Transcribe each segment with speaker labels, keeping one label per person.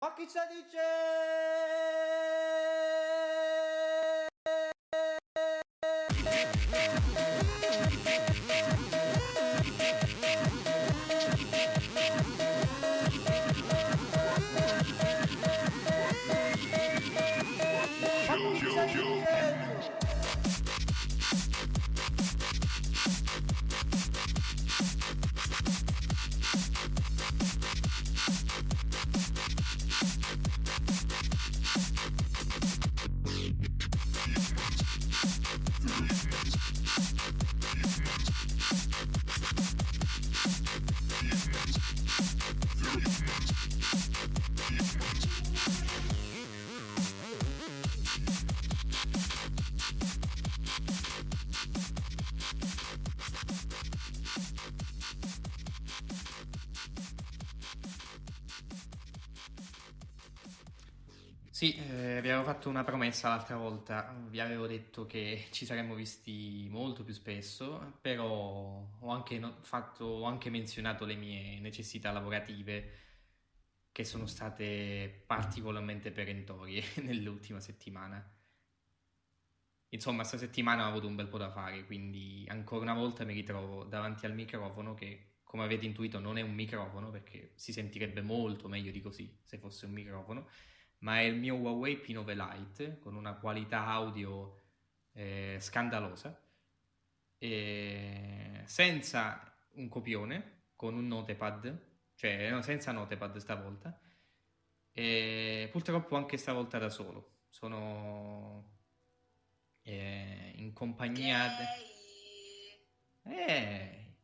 Speaker 1: Ma chi ce la dice? Ma chi ce la dice?
Speaker 2: Sì, eh, abbiamo fatto una promessa l'altra volta, vi avevo detto che ci saremmo visti molto più spesso, però ho anche, no- fatto, ho anche menzionato le mie necessità lavorative che sono state particolarmente perentorie nell'ultima settimana. Insomma, sta settimana ho avuto un bel po' da fare, quindi ancora una volta mi ritrovo davanti al microfono che, come avete intuito, non è un microfono perché si sentirebbe molto meglio di così se fosse un microfono, ma è il mio Huawei P9 Lite con una qualità audio eh, scandalosa, e senza un copione, con un notepad, cioè no, senza notepad stavolta, e purtroppo anche stavolta da solo. Sono eh, in compagnia... de-
Speaker 3: Yay!
Speaker 2: eh,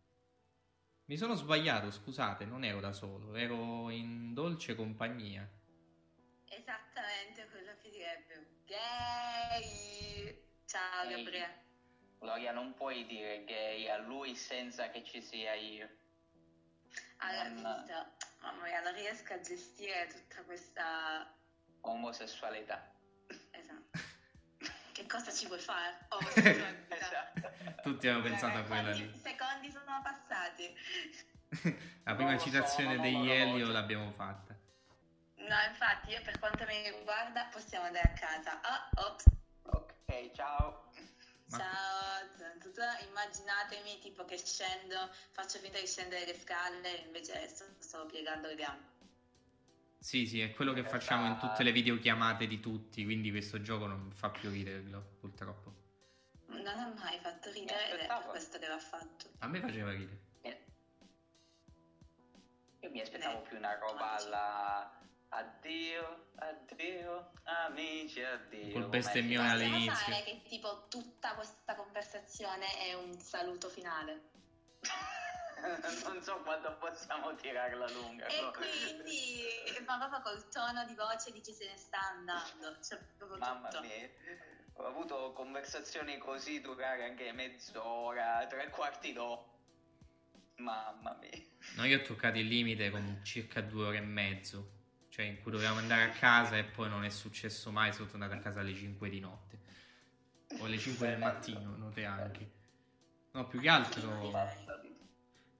Speaker 2: mi sono sbagliato, scusate, non ero da solo, ero in dolce compagnia.
Speaker 3: Esattamente quello che direbbe. Gay! Ciao
Speaker 4: Gay.
Speaker 3: Gabriele.
Speaker 4: Gloria, non puoi dire gay a lui senza che ci sia io.
Speaker 3: Allora,
Speaker 4: Non-
Speaker 3: visto, mamma mia, non riesco a gestire tutta questa...
Speaker 4: Omosessualità.
Speaker 3: Esatto. che cosa ci vuoi fare? Oh, esatto.
Speaker 4: Esatto.
Speaker 2: Tutti avevano pensato a quella
Speaker 3: quanti
Speaker 2: lì.
Speaker 3: secondi sono passati?
Speaker 2: La prima
Speaker 4: Non lo so,
Speaker 2: citazione
Speaker 4: non
Speaker 2: degli
Speaker 4: lo
Speaker 2: Elio
Speaker 4: so.
Speaker 2: l'abbiamo fatta.
Speaker 3: No, infatti, io per quanto mi riguarda possiamo andare a casa. Oh, ops.
Speaker 4: Ok, ciao.
Speaker 2: Ma-
Speaker 3: Ciao, zan, zan, zan. immaginatemi tipo che scendo, faccio finta di scendere le scale, invece sto, sto piegando le gambe.
Speaker 2: Sì, sì, è quello che
Speaker 4: In
Speaker 2: facciamo in
Speaker 4: realtà-
Speaker 2: tutte le videochiamate di tutti, quindi questo gioco non fa più riderlo, purtroppo.
Speaker 3: Non ha mai fatto ridere
Speaker 4: Mi
Speaker 3: ed è per
Speaker 4: aspettavo.
Speaker 3: questo che l'ha fatto.
Speaker 2: A me faceva ridere.
Speaker 4: Io mi aspettavo
Speaker 3: Eh,
Speaker 4: più una roba
Speaker 3: oggi.
Speaker 4: alla addio, addio, amici, addio.
Speaker 2: Col
Speaker 4: Come
Speaker 2: bestemmione
Speaker 4: si fa?
Speaker 2: all'inizio.
Speaker 3: Possiamo fare che tipo tutta questa conversazione è un saluto finale.
Speaker 4: non so quanto possiamo tirarla lunga.
Speaker 3: E
Speaker 4: Eh, no?
Speaker 3: quindi, ma proprio col tono di voce di chi se ne sta andando, cioè proprio
Speaker 4: Mamma
Speaker 3: tutto.
Speaker 4: mia, ho avuto conversazioni così durare anche mezz'ora, tre quarti d'ora. Mamma mia.
Speaker 2: No, io ho toccato il limite con circa due ore e mezzo, cioè in cui dovevamo andare a casa e poi non è successo mai, sono tornato a casa alle 5 di notte. O alle 5 del mattino, note anche. No, più che altro...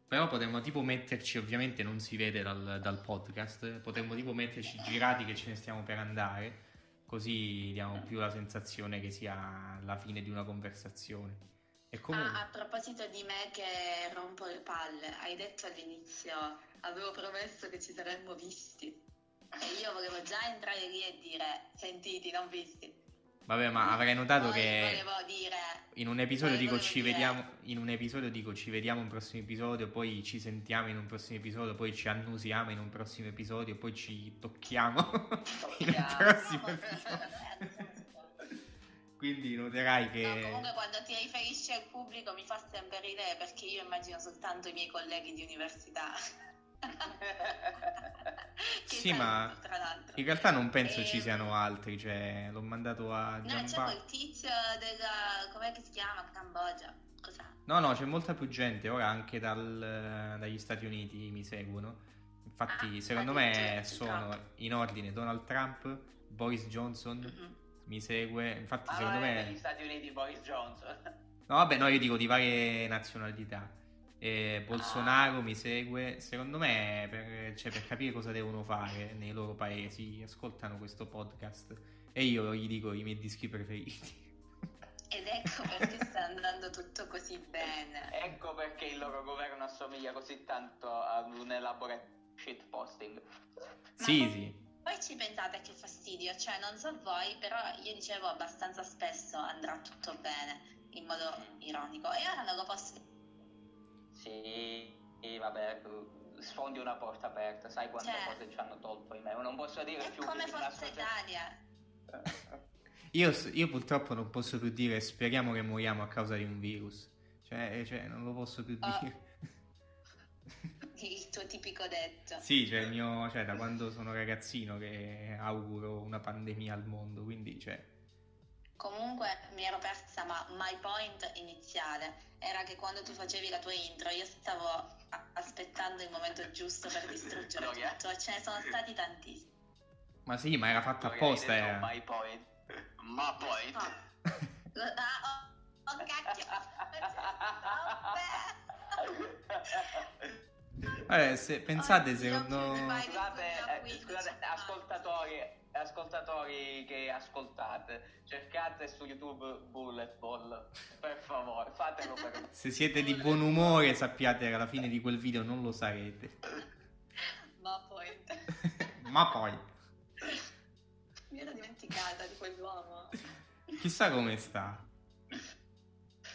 Speaker 2: Però potremmo tipo metterci, ovviamente non si vede dal, dal podcast, potremmo tipo metterci girati che ce ne stiamo per andare, così diamo più la sensazione che sia la fine di una conversazione. E
Speaker 3: Ah,
Speaker 2: comunque...
Speaker 3: a proposito di me che rompo le palle, hai detto all'inizio, avevo promesso che ci saremmo visti. E io volevo già entrare lì e dire, sentiti, non visti.
Speaker 2: Vabbè, ma avrai notato
Speaker 3: Poi
Speaker 2: che
Speaker 3: volevo dire,
Speaker 2: in un episodio
Speaker 3: Poi
Speaker 2: dico
Speaker 3: volevo
Speaker 2: ci
Speaker 3: dire-
Speaker 2: vediamo, in un episodio dico ci vediamo in un prossimo episodio, poi ci sentiamo in un prossimo episodio, poi ci annusiamo in un prossimo episodio, poi ci tocchiamo in un
Speaker 4: Tocchiamo.
Speaker 2: prossimo
Speaker 3: No,
Speaker 2: episodio. Quindi noterai
Speaker 3: no,
Speaker 2: che...
Speaker 3: comunque quando ti riferisci al pubblico mi fa sempre ridere perché io immagino soltanto i miei colleghi di università. Che
Speaker 2: Sì, ma
Speaker 3: saluto, tra l'altro.
Speaker 2: In realtà non penso ci
Speaker 3: Ehm,
Speaker 2: siano altri, cioè l'ho mandato a
Speaker 3: No, c'è
Speaker 2: Giampaolo.
Speaker 3: quel tizio della... com'è che si chiama? Cambogia. Cos'è?
Speaker 2: No, no, c'è molta più gente, ora anche dal- dagli Stati Uniti mi seguono. Infatti,
Speaker 3: Ah,
Speaker 2: secondo
Speaker 3: addirittura
Speaker 2: me
Speaker 3: Donald
Speaker 2: sono
Speaker 3: Trump.
Speaker 2: in ordine Donald Trump, Boris Johnson
Speaker 3: Mhm.
Speaker 2: mi segue, infatti
Speaker 4: Ma
Speaker 2: secondo
Speaker 4: non è
Speaker 2: me
Speaker 4: degli Stati Uniti Boris Johnson.
Speaker 2: No, vabbè, no, io dico di varie nazionalità. E Bolsonaro mi segue. Secondo me, per, cioè, per capire cosa devono fare nei loro paesi, ascoltano questo podcast e io gli dico i miei dischi preferiti.
Speaker 3: Ed ecco perché sta andando tutto così bene.
Speaker 4: Ecco perché il loro governo assomiglia così tanto ad un elaborate shitposting.
Speaker 2: Sì,
Speaker 3: Ma-
Speaker 2: sì.
Speaker 3: Poi ci pensate che fastidio, cioè non so voi, però io dicevo abbastanza spesso andrà tutto bene, in modo ironico, e ora non lo posso dire.
Speaker 4: Sì, sì, vabbè, sfondi una porta aperta, sai quante
Speaker 3: Cioè.
Speaker 4: cose ci hanno tolto in me, non posso dire
Speaker 3: È
Speaker 4: più
Speaker 3: come
Speaker 4: di una
Speaker 3: Forza
Speaker 4: società.
Speaker 3: Italia.
Speaker 2: Io, io purtroppo non posso più dire speriamo che moriamo a causa di un virus. Cioè, cioè, non lo posso più
Speaker 3: Ah.
Speaker 2: dire.
Speaker 3: il tuo tipico detto.
Speaker 2: Sì, cioè, il mio- cioè, da quando sono ragazzino che auguro una pandemia al mondo, quindi cioè,
Speaker 3: Comunque mi ero persa, ma my point iniziale era che quando tu facevi la tua intro io stavo a- aspettando il momento giusto per distruggere
Speaker 4: Gloria.
Speaker 3: tutto, ce ne sono stati tantissimi.
Speaker 2: ma sì, ma era fatta
Speaker 4: Magari
Speaker 2: apposta. eh.
Speaker 4: detto
Speaker 2: era.
Speaker 4: My point. My point.
Speaker 3: Ah, ah, oh, oh, cacchio! Vabbè.
Speaker 2: Vabbè, se- pensate,
Speaker 3: Oddio,
Speaker 2: secondo
Speaker 3: chiudi, vai.
Speaker 4: Scusate, eh,
Speaker 3: Qui,
Speaker 4: scusate,
Speaker 3: diciamo.
Speaker 4: ascoltatori, ascoltatori che ascoltate, cercate su YouTube Bullet Ball, per favore, fatelo per me.
Speaker 2: se siete di buon umore sappiate che alla fine di quel video non lo sarete.
Speaker 3: Ma poi
Speaker 2: Ma poi,
Speaker 3: mi ero dimenticata di quell'uomo.
Speaker 2: chissà come sta.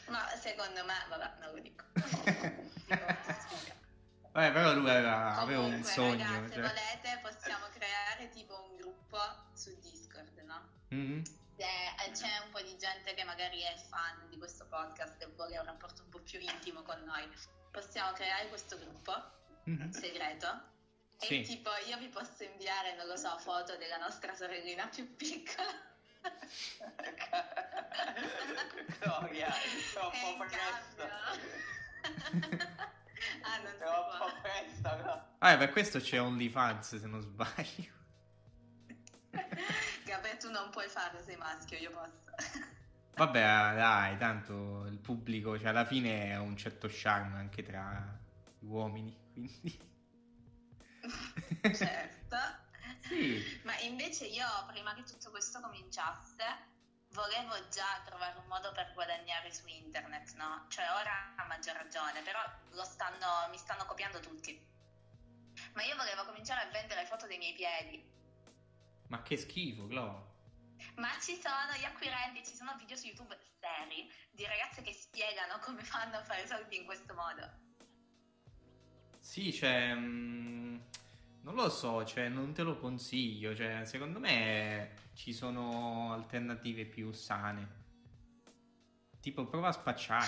Speaker 3: Ma secondo me, vabbè, non lo dico. Dico,
Speaker 2: Vabbè, però lui aveva, aveva un
Speaker 3: Comunque,
Speaker 2: sogno.
Speaker 3: ragazzi, se
Speaker 2: cioè.
Speaker 3: volete possiamo creare tipo un gruppo su Discord, no?
Speaker 2: Mhm.
Speaker 3: Se eh, c'è un po' di gente che magari è fan di questo podcast e vuole un rapporto un po' più intimo con noi, possiamo creare questo gruppo
Speaker 2: Mhm.
Speaker 3: segreto. E
Speaker 2: Sì.
Speaker 3: tipo io vi posso inviare, non lo so, foto della nostra sorellina più piccola.
Speaker 4: Gloria,
Speaker 3: E
Speaker 4: troppo
Speaker 3: in
Speaker 4: presto.
Speaker 3: cambio- ah, non si
Speaker 4: Troppo
Speaker 3: può.
Speaker 4: presto, no?
Speaker 2: Vabbè, per questo c'è OnlyFans se non sbaglio.
Speaker 3: Vabbè, tu non puoi farlo, sei maschio, io posso.
Speaker 2: Vabbè, dai, tanto il pubblico, cioè alla fine ha un certo charme anche tra gli uomini, quindi...
Speaker 3: certo.
Speaker 2: Sì.
Speaker 3: Ma invece io, prima che tutto questo cominciasse, volevo già trovare un modo per guadagnare su internet, no? Cioè ora a maggior ragione, però lo stanno, mi stanno copiando tutti. Ma io volevo cominciare a vendere foto dei miei piedi.
Speaker 2: Ma che schifo, Glo.
Speaker 3: Ma ci sono gli acquirenti, ci sono video su YouTube seri di ragazze che spiegano come fanno a fare soldi in questo modo.
Speaker 2: Sì, cioè... mh, non lo so, cioè non te lo consiglio, cioè secondo me ci sono alternative più sane. Tipo prova a spacciare.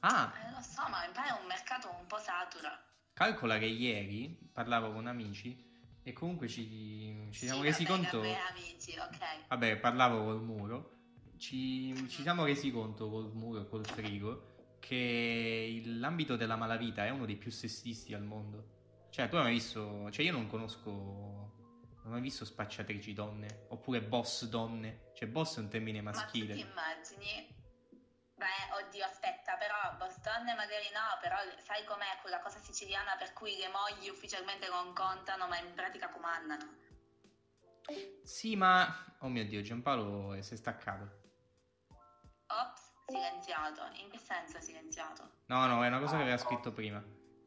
Speaker 2: Ah,
Speaker 3: Eh, lo so, ma mi pare un mercato un po' saturo.
Speaker 2: Calcola che ieri parlavo con amici e comunque ci, ci siamo
Speaker 3: Sì,
Speaker 2: resi
Speaker 3: vabbè,
Speaker 2: conto.
Speaker 3: vabbè, amici, ok.
Speaker 2: Vabbè, parlavo col muro. Ci, ci siamo resi conto col muro e col frigo che il- l'ambito della malavita è uno dei più sessisti al mondo. Cioè, tu hai mai visto. Cioè, io non conosco. Non ho mai visto spacciatrici donne oppure boss donne. Cioè, boss è un termine maschile.
Speaker 3: Ma tu ti immagini? Beh, oddio, aspetta, però Bostonne magari no, però sai com'è quella cosa siciliana per cui le mogli ufficialmente non contano, ma in pratica comandano.
Speaker 2: Sì, ma. Oh mio dio, Giampaolo eh, si è staccato.
Speaker 3: Ops, silenziato. In che senso silenziato?
Speaker 2: No, no, è una cosa che
Speaker 4: Ah,
Speaker 2: aveva
Speaker 4: no.
Speaker 2: scritto prima.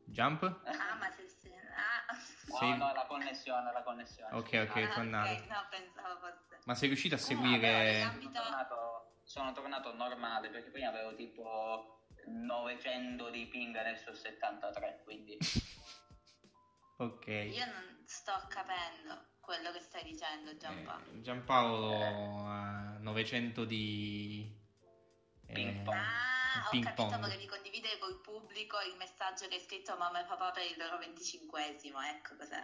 Speaker 2: Jump?
Speaker 3: Ah, ma se... se- ah.
Speaker 4: Eh, No,
Speaker 2: Sì.
Speaker 4: no, la connessione, la connessione.
Speaker 2: Ok, ok,
Speaker 3: Ah,
Speaker 2: è tornato.
Speaker 3: ok, no, pensavo fosse... Eh,
Speaker 2: Ma sei riuscito a
Speaker 3: vabbè,
Speaker 2: seguire?
Speaker 3: vabbè.
Speaker 4: Sono tornato, sono tornato normale perché prima avevo tipo 900 di ping, adesso 73, quindi
Speaker 2: Ok.
Speaker 3: Io non sto capendo quello che stai dicendo, Giampaolo.
Speaker 2: Eh, Giampaolo ha 900 di eh,
Speaker 4: Ping pong.
Speaker 3: Ah, ho
Speaker 2: ping
Speaker 3: capito,
Speaker 2: pong.
Speaker 3: volevi condividere col pubblico il messaggio che hai scritto a mamma e papà per il loro venticinquesimo, ecco cos'è.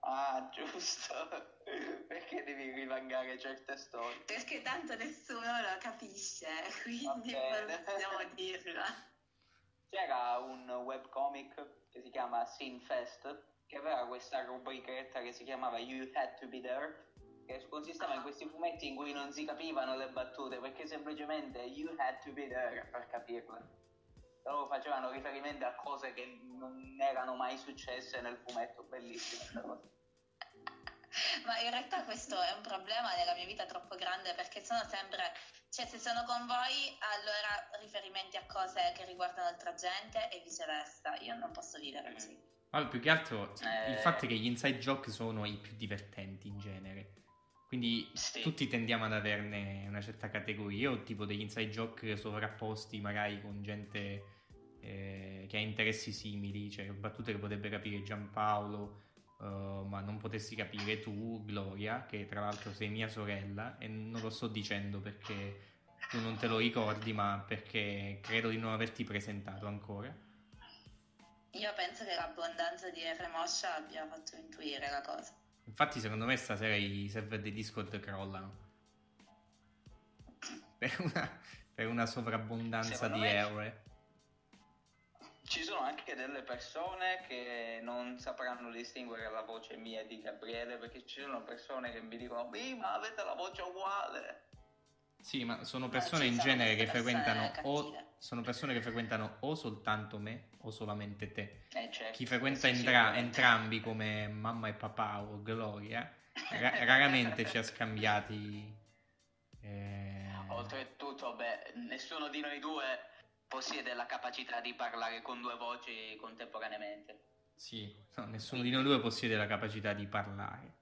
Speaker 4: Ah, giusto. Perché devi rilangare certe storie?
Speaker 3: Perché tanto nessuno lo capisce, quindi
Speaker 4: bene.
Speaker 3: possiamo dirlo.
Speaker 4: C'era un webcomic che si chiama Sinfest che aveva questa rubrichetta che si chiamava You Had to Be There che consisteva in questi fumetti in cui non si capivano le battute perché semplicemente you had to be there per capirle. loro facevano riferimento a cose che non erano mai successe nel fumetto, bellissimo. sta cosa.
Speaker 3: Ma in realtà questo è un problema nella mia vita troppo grande perché sono sempre, cioè se sono con voi allora riferimenti a cose che riguardano altra gente e viceversa. Io non posso
Speaker 2: Mm.
Speaker 3: vivere così.
Speaker 2: Ma più che altro il
Speaker 4: Eh.
Speaker 2: fatto è che gli inside joke sono i più divertenti in genere. Quindi
Speaker 4: Sì.
Speaker 2: tutti tendiamo ad averne una certa categoria. Io ho tipo degli inside joke sovrapposti magari con gente eh, che ha interessi simili, cioè battute che potrebbe capire Giampaolo, eh, ma non potessi capire tu, Gloria, che tra l'altro sei mia sorella e non lo sto dicendo perché tu non te lo ricordi, ma perché credo di non averti presentato ancora.
Speaker 3: Io penso che l'abbondanza di R. Moscia abbia fatto intuire la cosa.
Speaker 2: Infatti, secondo me stasera i server di Discord crollano. Per una, per una sovrabbondanza
Speaker 4: Secondo
Speaker 2: di
Speaker 4: me-
Speaker 2: euro.
Speaker 4: Ci sono anche delle persone che non sapranno distinguere la voce mia e di Gabriele perché ci sono persone che mi dicono "Beh, ma avete la voce uguale".
Speaker 2: Sì, ma sono
Speaker 3: Ma
Speaker 2: persone
Speaker 3: ci
Speaker 2: in
Speaker 3: sono
Speaker 2: genere che
Speaker 3: persone
Speaker 2: frequentano o
Speaker 3: cattive.
Speaker 2: sono persone che frequentano o soltanto me o solamente te.
Speaker 4: Eh, certo.
Speaker 2: Chi frequenta
Speaker 4: Sì, sì,
Speaker 2: entra-
Speaker 4: sicuramente.
Speaker 2: entrambi come mamma e papà o Gloria, ra- raramente ci ha scambiati. eh,
Speaker 4: Oltretutto, beh, nessuno di noi due possiede la capacità di parlare con due voci contemporaneamente.
Speaker 2: sì, no, nessuno di noi due possiede la capacità di parlare.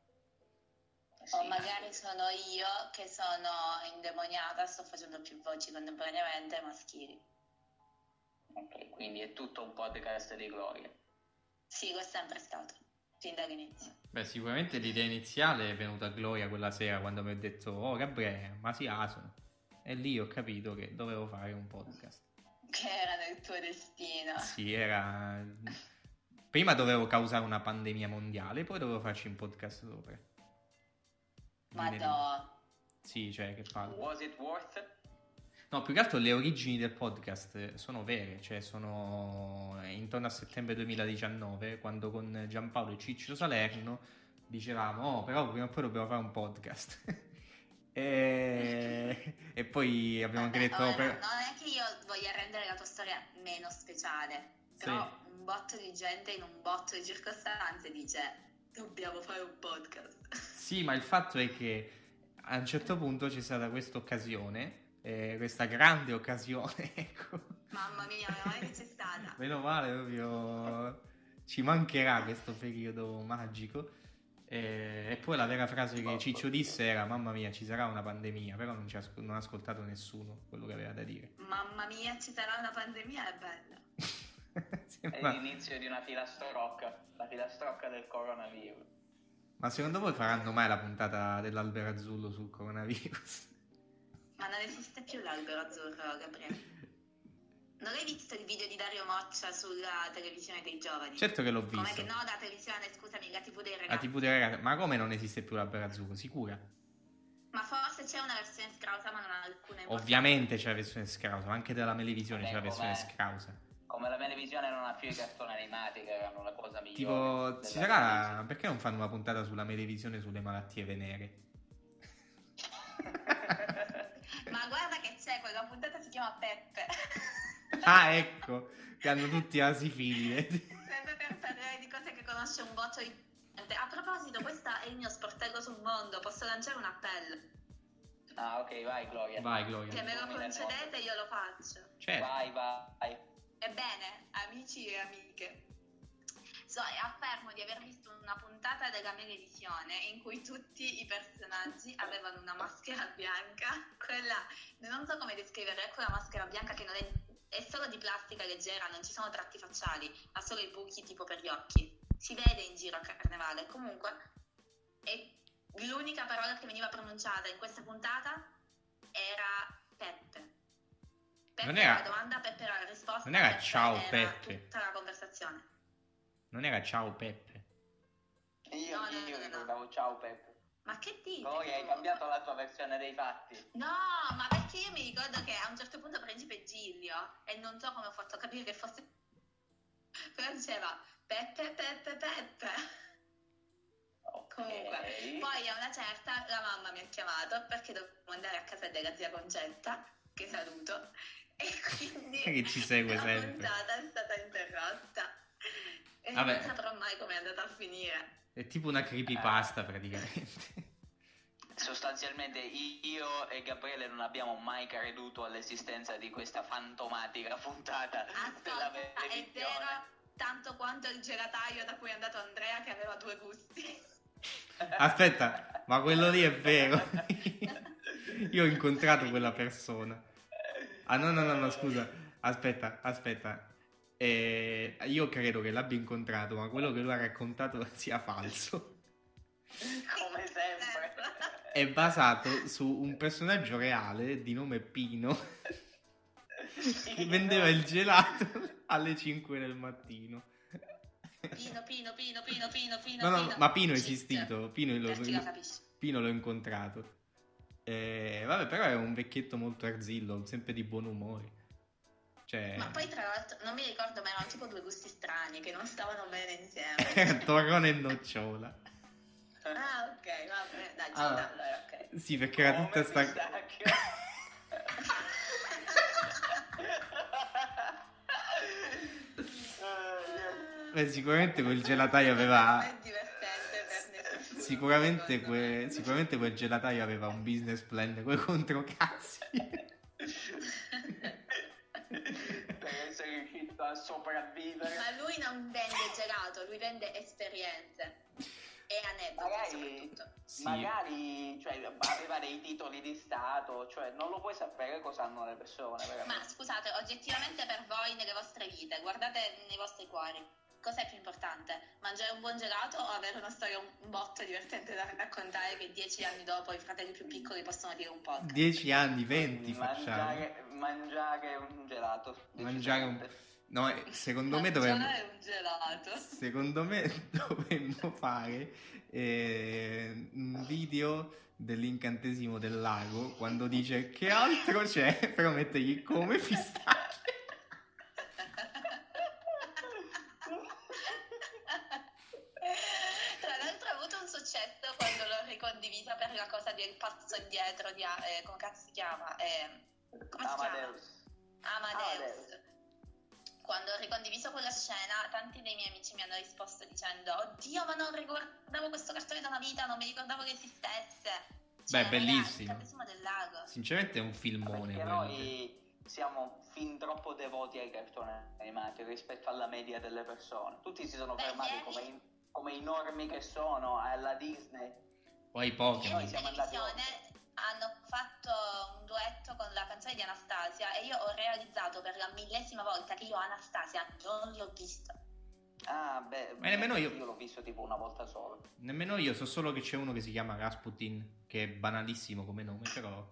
Speaker 3: O magari sono io che sono indemoniata, sto facendo più voci contemporaneamente maschili.
Speaker 4: Ok, quindi è tutto un podcast di gloria.
Speaker 3: Sì, questo è sempre stato, fin dall'inizio.
Speaker 2: Beh, sicuramente l'idea iniziale è venuta a Gloria quella sera quando mi ha detto: Oh, Gabriele, ma si asano. E lì ho capito che dovevo fare un podcast.
Speaker 3: Che era nel tuo destino.
Speaker 2: Sì, era. Prima dovevo causare una pandemia mondiale, poi dovevo farci un podcast sopra. Quindi-
Speaker 3: Madò.
Speaker 2: Sì, cioè, che palle.
Speaker 4: Was it worth it?
Speaker 2: No, più che altro le origini del podcast sono vere, cioè sono eh, intorno a settembre 2019, quando con Giampaolo e Ciccio Salerno dicevamo, oh, però prima o poi dobbiamo fare un podcast. e... e poi abbiamo anche
Speaker 3: Vabbè,
Speaker 2: detto... "Oh,
Speaker 3: ora,
Speaker 2: "Però-
Speaker 3: Non è che io voglia rendere la tua storia meno speciale, però un botto di gente in un botto di circostanze dice dobbiamo fare un podcast.
Speaker 2: Sì, ma il fatto è che a un certo punto c'è stata questa occasione, eh, questa grande occasione, ecco.
Speaker 3: Mamma mia, meno male che c'è stata.
Speaker 2: Meno male, proprio ci mancherà questo periodo magico. Eh, E, poi la vera frase che Ciccio disse era: Mamma mia, ci sarà una pandemia, però non, ci ha- non ha ascoltato nessuno quello che aveva da dire.
Speaker 3: Mamma mia, ci sarà una pandemia, è bello.
Speaker 4: È
Speaker 3: Eh.
Speaker 2: Sembra-
Speaker 4: l'inizio di una filastrocca, la filastrocca del coronavirus.
Speaker 2: Ma secondo voi faranno mai la puntata dell'albero azzurro sul coronavirus?
Speaker 3: Ma non esiste più l'albero azzurro, Gabriele. Non hai visto il video di Dario Moccia sulla televisione dei giovani?
Speaker 2: Certo che l'ho visto.
Speaker 3: Come che no, la televisione, scusami, la TV dei
Speaker 2: La
Speaker 3: ragazzi.
Speaker 2: TV della ragazza, ma come non esiste più l'albero azzurro? Sicura?
Speaker 3: Ma forse c'è una versione scrausa, ma non ha alcuna importanza.
Speaker 2: Ovviamente c'è la versione scrausa, ma anche della televisione c'è
Speaker 4: Vabbè,
Speaker 2: la versione
Speaker 4: com'è?
Speaker 2: scrausa.
Speaker 4: Come la televisione non ha più i cartoni animati che erano la cosa migliore.
Speaker 2: Tipo,
Speaker 4: della
Speaker 2: ci sarà.
Speaker 4: televisione.
Speaker 2: Perché non fanno una puntata sulla televisione sulle malattie venere?
Speaker 3: Ma guarda che c'è, quella puntata si chiama Peppe.
Speaker 2: ah, ecco, che hanno tutti la sifilide.
Speaker 3: Sempre per parlare di cose che conosce un botto di gente. A proposito, questo è il mio sportello sul mondo, posso lanciare un appello.
Speaker 4: Ah, ok, vai Gloria.
Speaker 2: Vai,
Speaker 3: Se
Speaker 2: Gloria.
Speaker 3: me lo concedete io lo faccio.
Speaker 2: Certo.
Speaker 4: Vai, vai.
Speaker 3: Ebbene, amici e amiche, so- affermo di aver visto una puntata della televisione in cui tutti i personaggi avevano una maschera bianca, quella, non so come descriverla, è quella maschera bianca che non è, è solo di plastica leggera, non ci sono tratti facciali, ha solo i buchi tipo per gli occhi. Si vede in giro a carnevale, comunque, e l'unica parola che veniva pronunciata in questa puntata era Peppe. Peppe
Speaker 2: Non
Speaker 3: era
Speaker 2: era-
Speaker 3: la domanda, Peppe era la risposta.
Speaker 2: Non era
Speaker 3: Peppe
Speaker 2: ciao,
Speaker 3: era
Speaker 2: Peppe.
Speaker 3: Tutta la conversazione.
Speaker 2: Non era ciao Peppe.
Speaker 4: Io,
Speaker 3: No, no,
Speaker 4: io
Speaker 3: no, no.
Speaker 4: ricordavo ciao Peppe.
Speaker 3: Ma che dite?
Speaker 4: Gloria, hai
Speaker 3: comunque?
Speaker 4: cambiato la tua versione dei fatti.
Speaker 3: No, ma perché io mi ricordo che a un certo punto Principe Giglio, e non so come ho fatto a capire che fosse... Però diceva Peppe, Peppe, Peppe.
Speaker 4: Ok.
Speaker 3: Comunque, Poi a una certa la mamma mi ha chiamato perché dovevo andare a casa della zia Concetta, che saluto, E quindi
Speaker 2: Che ci segue
Speaker 3: la
Speaker 2: sempre.
Speaker 3: puntata è stata interrotta. E
Speaker 2: Vabbè.
Speaker 3: non saprò mai come è andata a finire.
Speaker 2: È tipo una creepypasta praticamente.
Speaker 4: Sostanzialmente i- io e Gabriele non abbiamo mai creduto all'esistenza di questa fantomatica puntata della
Speaker 3: Ascolta, è
Speaker 4: televisione.
Speaker 3: vero tanto quanto il gelataio da cui è andato Andrea che aveva due gusti.
Speaker 2: Aspetta, ma quello lì è vero. Io ho incontrato quella persona. Ah no, no, no, no, scusa. Aspetta, aspetta. Eh, io credo che l'abbia incontrato, ma quello che lui ha raccontato sia falso.
Speaker 4: Come sempre.
Speaker 2: È basato su un personaggio reale di nome Pino che vendeva il gelato alle 5 del mattino.
Speaker 3: Pino, Pino, Pino, Pino, Pino, Pino.
Speaker 2: No, no, ma Pino è
Speaker 3: Shit.
Speaker 2: esistito. Pino lo,
Speaker 3: Eh, chi lo capisce?
Speaker 2: Pino l'ho incontrato. Eh, vabbè, però è un vecchietto molto arzillo, sempre di buon umore. Cioè,
Speaker 3: Ma poi tra l'altro non mi ricordo, ma erano tipo due gusti strani che non stavano bene insieme.
Speaker 2: torrone e nocciola.
Speaker 3: ah, ok, va bene, dai, ci
Speaker 2: Allora.
Speaker 3: sta, allora, ok.
Speaker 2: Sì, perché era Ah. tutta sta... Beh, sicuramente quel gelataio aveva-
Speaker 3: Non è divertente per nessuno.
Speaker 2: Sicuramente,
Speaker 3: secondo me.
Speaker 2: que- sicuramente quel gelataio aveva un business plan con i controcazzi.
Speaker 4: per essere riuscito a sopravvivere
Speaker 3: Ma lui non vende gelato, lui vende esperienze e aneddoti
Speaker 4: Magari-
Speaker 3: soprattutto.
Speaker 2: Sì.
Speaker 4: magari cioè, aveva dei titoli di stato cioè non lo puoi sapere cosa hanno le persone
Speaker 3: Ma
Speaker 4: veramente
Speaker 3: scusate, oggettivamente per voi nelle vostre vite, guardate nei vostri cuori, cos'è più importante? Mangiare un buon gelato o avere una storia un botto divertente da raccontare che dieci anni dopo i fratelli più piccoli possono dire un podcast?
Speaker 2: 10 anni, 20 facciamo.
Speaker 4: mangiare, mangiare un gelato
Speaker 2: Mangiare un-
Speaker 4: decisamente.
Speaker 2: No, eh, secondo me dovremmo...
Speaker 3: Mangiare un gelato.
Speaker 2: Secondo me dovremmo fare eh, un video dell'incantesimo del lago quando dice che altro c'è, però mettegli come pistacchio.
Speaker 3: Tra l'altro ha avuto un successo quando l'ho ricondivisa per la cosa del passo indietro di... A- eh, come cazzo si chiama? Eh, come si chiama?
Speaker 4: Amadeus
Speaker 3: Amadeus.
Speaker 4: Amadeus.
Speaker 3: Quando ho ricondiviso quella scena, tanti dei miei amici mi hanno risposto dicendo: Oddio, ma non riguardavo questo cartone da una vita, non mi ricordavo che esistesse.
Speaker 2: Beh,
Speaker 3: Cioè, ragazzi,
Speaker 2: bellissimo.
Speaker 3: Il Battesimo del lago.
Speaker 2: Sinceramente è un filmone
Speaker 4: perché
Speaker 2: quello.
Speaker 4: noi siamo fin troppo devoti ai cartoni animati rispetto alla media delle persone tutti si sono
Speaker 3: Beh,
Speaker 4: fermati
Speaker 3: ieri-
Speaker 4: come, in- come i normi che sono eh, alla Disney
Speaker 2: Poi
Speaker 3: Ieri
Speaker 2: Pokémon.
Speaker 4: Noi
Speaker 3: in
Speaker 4: siamo andati
Speaker 3: televisione hanno fatto un duetto con la canzone di Anastasia e io ho realizzato per la millesima volta che io Anastasia non l'ho vista.
Speaker 2: Eh,
Speaker 4: ah beh
Speaker 2: Ma nemmeno io.
Speaker 4: l'ho visto tipo una volta sola
Speaker 2: Nemmeno io, so solo che c'è uno che si chiama Rasputin, che è banalissimo come nome, cioè, però...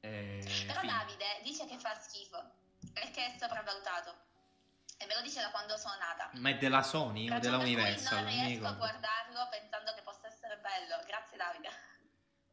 Speaker 2: eh,
Speaker 3: Però
Speaker 2: figo.
Speaker 3: Davide dice che fa schifo e che è sopravvalutato. E me lo dice da quando sono nata.
Speaker 2: Ma è della Sony o
Speaker 3: Ragione
Speaker 2: della
Speaker 3: per cui
Speaker 2: Universal?
Speaker 3: Non
Speaker 2: Non mi
Speaker 3: riesco a
Speaker 2: ricordo.
Speaker 3: guardarlo pensando che possa essere bello. Grazie Davide.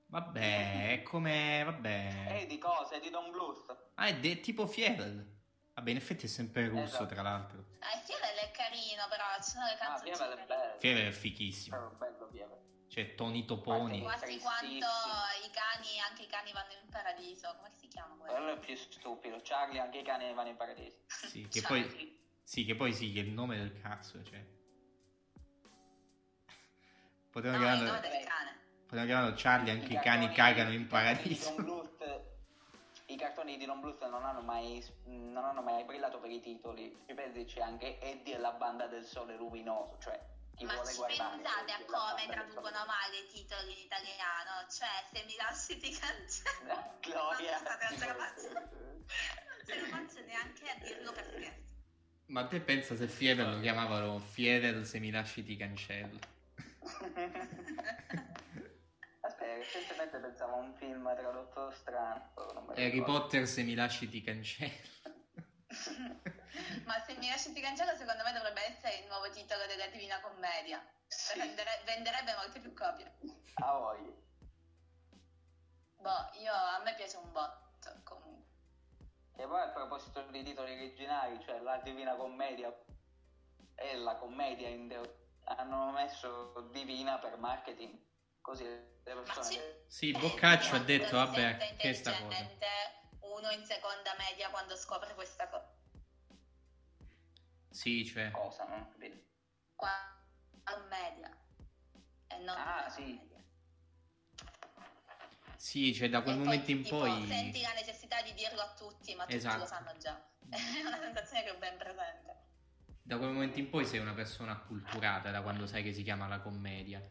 Speaker 2: Vabbè, è come... Vabbè...
Speaker 4: e di cose di Don Bluth
Speaker 2: Ah, è de- tipo Fievel. Vabbè, in effetti è sempre russo,
Speaker 4: Esatto.
Speaker 2: tra l'altro.
Speaker 3: Eh, Fievel è carino, però ci sono le
Speaker 4: ah
Speaker 3: canzoni
Speaker 4: Pievel
Speaker 3: carine.
Speaker 4: è bello
Speaker 2: Fievel è fichissimo.
Speaker 4: Però è bello Pievel
Speaker 2: Cioè, Tony Toponi.
Speaker 4: Guarda,
Speaker 3: quasi
Speaker 4: Tristissimo.
Speaker 3: quanto i cani, anche i cani vanno in paradiso. Come si chiama quello?
Speaker 4: quello è più stupido Charlie anche i cani vanno in paradiso
Speaker 2: Sì, che
Speaker 3: Ciao,
Speaker 2: poi...
Speaker 3: Davide.
Speaker 2: Sì, che poi sì, che è il nome del cazzo, cioè. Potevano,
Speaker 3: No, è il
Speaker 2: chiamarlo,
Speaker 3: nome del cane.
Speaker 2: potevano chiamarlo Charlie, anche i cani
Speaker 4: cartoni-
Speaker 2: cagano in
Speaker 4: i cartoni di Don
Speaker 2: paradiso.
Speaker 4: Bluth- I cartoni di Don Bluth non hanno mai non hanno mai brillato per i titoli. Ci pensi c'è anche Eddie e la banda del sole luminoso, cioè chi
Speaker 3: Ma
Speaker 4: vuole
Speaker 3: ci
Speaker 4: guardare.
Speaker 3: pensate
Speaker 4: Eddie
Speaker 3: a
Speaker 4: e la
Speaker 3: come
Speaker 4: banda del sole
Speaker 3: traducono male i titoli in italiano? Cioè, se mi lasci ti cancello.
Speaker 4: luminoso. Gloria.
Speaker 3: Non ce la faccio. Non ce la faccio neanche a dirlo per scherzo.
Speaker 2: Ma te pensa se Fievel lo chiamavano Fievel se mi lasci ti cancello?
Speaker 4: Aspetta, recentemente pensavo a un film tradotto strano. non me lo
Speaker 2: Harry
Speaker 4: ricordo.
Speaker 2: Potter se mi lasci ti cancello.
Speaker 3: Ma se mi lasci di cancello, secondo me dovrebbe essere il nuovo titolo della Divina Commedia.
Speaker 4: Sì,
Speaker 3: Vendere- venderebbe molte più copie.
Speaker 4: a voglia.
Speaker 3: Boh, io a me piace un botto comunque.
Speaker 4: E poi a proposito dei titoli originali, cioè la Divina Commedia e la commedia in teo- hanno messo Divina per marketing, così le persone...
Speaker 3: sì.
Speaker 2: Sì,
Speaker 3: Eh,
Speaker 2: Boccaccio ha
Speaker 3: quindi,
Speaker 2: detto,
Speaker 3: quando si
Speaker 2: vabbè,
Speaker 3: sente
Speaker 2: che è sta cosa.
Speaker 3: intelligente, Un Eh, uno in seconda media quando scopre questa cosa.
Speaker 2: Sì, cioè,
Speaker 4: Cosa? Non ho capito.
Speaker 3: Qua in media. E non
Speaker 4: Ah,
Speaker 3: in
Speaker 4: sì.
Speaker 3: media.
Speaker 2: sì, cioè da quel
Speaker 3: E poi,
Speaker 2: momento in
Speaker 3: tipo,
Speaker 2: poi...
Speaker 3: Senti la necessità di dirlo a tutti, ma tutti
Speaker 2: Esatto.
Speaker 3: lo sanno già. È una sensazione che ho ben presente.
Speaker 2: Da quel momento in poi sei una persona acculturata da quando sai che si chiama la commedia.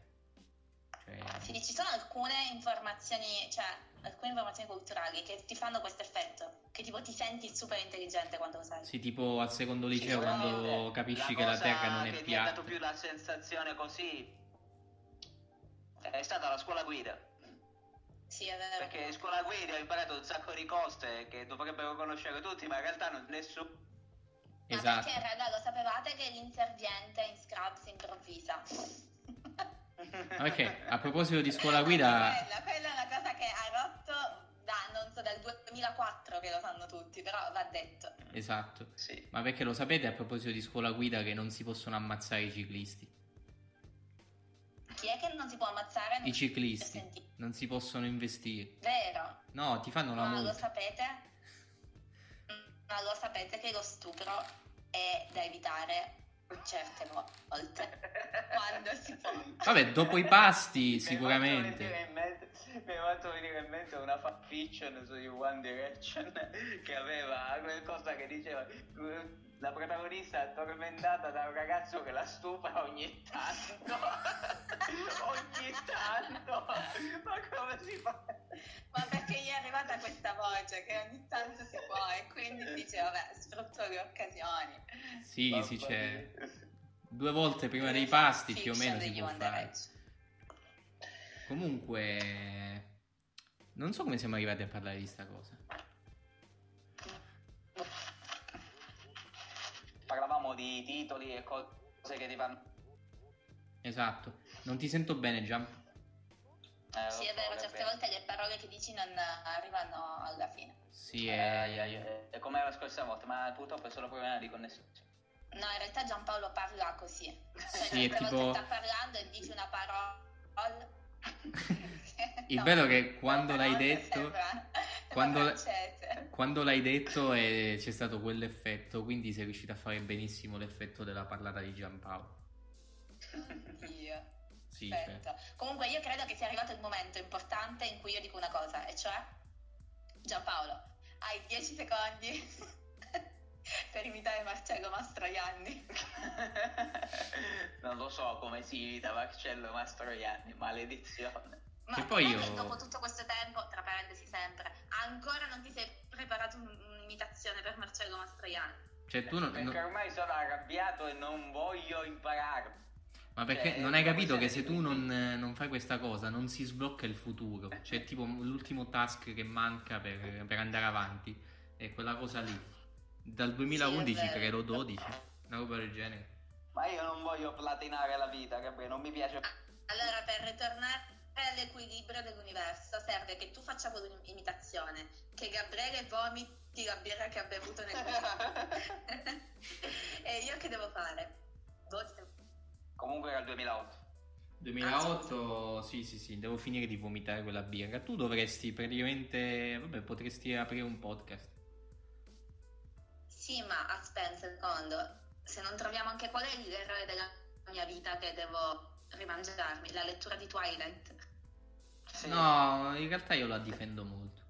Speaker 2: Cioè,
Speaker 3: Sì, ci sono alcune informazioni, cioè alcune informazioni culturali che ti fanno questo effetto, che tipo ti senti super intelligente quando lo sai.
Speaker 2: sì, tipo al secondo liceo
Speaker 4: Sicuramente
Speaker 2: quando capisci che la
Speaker 4: cosa
Speaker 2: terra non
Speaker 4: che
Speaker 2: è
Speaker 4: Mi ha
Speaker 2: piatta.
Speaker 4: dato più la sensazione così è stata la scuola guida.
Speaker 3: Sì, è vero.
Speaker 4: Perché in scuola guida ho imparato un sacco di cose che dovrebbero conoscere tutti, ma in realtà non nessuno.
Speaker 3: Ma
Speaker 2: Esatto.
Speaker 3: perché, raga, lo sapevate che l'inserviente in Scrubs improvvisa?
Speaker 2: Ok, a proposito di scuola guida,
Speaker 3: Eh, Quella, quella è una cosa che ha rotto da, non so, dal 2004 che lo sanno tutti, però va detto.
Speaker 2: esatto.
Speaker 4: Sì.
Speaker 2: Ma perché lo sapete a proposito di scuola guida che non si possono ammazzare i ciclisti?
Speaker 3: Chi è che non si può ammazzare? Non
Speaker 2: I
Speaker 3: si può
Speaker 2: ciclisti
Speaker 3: sentire.
Speaker 2: non si possono investire.
Speaker 3: Vero,
Speaker 2: No, ti fanno una
Speaker 3: ma lo
Speaker 2: multa.
Speaker 3: sapete? Ma lo sapete che lo stupro è da evitare certe volte, quando si può.
Speaker 2: Vabbè, dopo i pasti
Speaker 4: Mi
Speaker 2: sicuramente.
Speaker 4: è fatto venire in mente una fanfiction su di One Direction che aveva qualcosa che diceva la protagonista è tormentata da un ragazzo che la stupra ogni tanto. ogni tanto. Ma come si fa?
Speaker 3: Ma perché gli è arrivata questa voce che ogni tanto si può e quindi dice vabbè sfrutto le occasioni.
Speaker 2: Sì, sì,
Speaker 4: Mamma
Speaker 2: c'è.
Speaker 4: mia.
Speaker 2: Due volte prima dei pasti più o meno si può fare. Comunque, non so come siamo arrivati a parlare di sta cosa.
Speaker 4: Parlavamo di titoli e cose che ti fanno.
Speaker 2: Esatto. Non ti sento bene, Gian.
Speaker 4: Eh,
Speaker 3: Sì, è
Speaker 4: lo so,
Speaker 3: vero, certe
Speaker 4: vabbè.
Speaker 3: volte le parole che dici non arrivano alla fine.
Speaker 2: Sì,
Speaker 4: Eh, ai, ai,
Speaker 2: è...
Speaker 4: eh, come la scorsa volta, ma purtroppo è solo problema di connessione.
Speaker 3: No, in realtà Giampaolo parla così. Cioè,
Speaker 2: Sì, è
Speaker 3: certe volte
Speaker 2: tipo-
Speaker 3: sta parlando e dici una parola.
Speaker 2: Il
Speaker 3: No,
Speaker 2: bello è che quando
Speaker 3: una
Speaker 2: l'hai
Speaker 3: parola
Speaker 2: detto-
Speaker 3: sembra- sembra
Speaker 2: quando l-
Speaker 3: francese.
Speaker 2: Quando l'hai detto eh, c'è stato quell'effetto, quindi sei riuscito a fare benissimo l'effetto della parlata di Giampaolo.
Speaker 3: Oddio.
Speaker 2: Sì, cioè.
Speaker 3: Perfetto. Comunque io credo che sia arrivato il momento importante in cui io dico una cosa, e cioè Giampaolo, hai 10 secondi per imitare Marcello Mastroianni.
Speaker 4: non lo so come si imita Marcello Mastroianni, maledizione.
Speaker 3: Ma
Speaker 2: Che poi
Speaker 3: non è
Speaker 2: io-
Speaker 3: dopo tutto questo tempo, tra parentesi sempre, ancora non ti sei preparato un- un'imitazione per Marcello Mastroianni?
Speaker 2: Cioè, tu non,
Speaker 4: perché
Speaker 2: non-
Speaker 4: ormai sono arrabbiato e non voglio imparare.
Speaker 2: ma perché
Speaker 4: cioè,
Speaker 2: non hai
Speaker 4: una
Speaker 2: capito che
Speaker 4: questione
Speaker 2: se
Speaker 4: di
Speaker 2: tu non,
Speaker 4: tutti.
Speaker 2: eh, non fai questa cosa non si sblocca il futuro? Cioè, tipo l'ultimo task che manca per, per andare avanti è quella cosa lì. Dal 2011
Speaker 3: vero.
Speaker 2: credo 12, una roba del genere.
Speaker 4: Ma io non voglio platinare la vita, capito? Non mi piace.
Speaker 3: Allora, per ritornare all'equilibrio dell'universo serve che tu faccia quell'imitazione, che Gabriele vomiti la birra che ha bevuto nel e io che devo fare? Voti-
Speaker 4: Comunque era il 2008.
Speaker 2: 2008, sì, sì, sì, devo finire di vomitare quella birra. Tu dovresti praticamente, vabbè, potresti aprire un podcast.
Speaker 3: Sì, ma aspetta un secondo. Se non troviamo anche qual è l'errore della mia vita che devo rimangiarmi, la lettura di Twilight.
Speaker 4: Sì.
Speaker 2: No, in realtà io la difendo molto.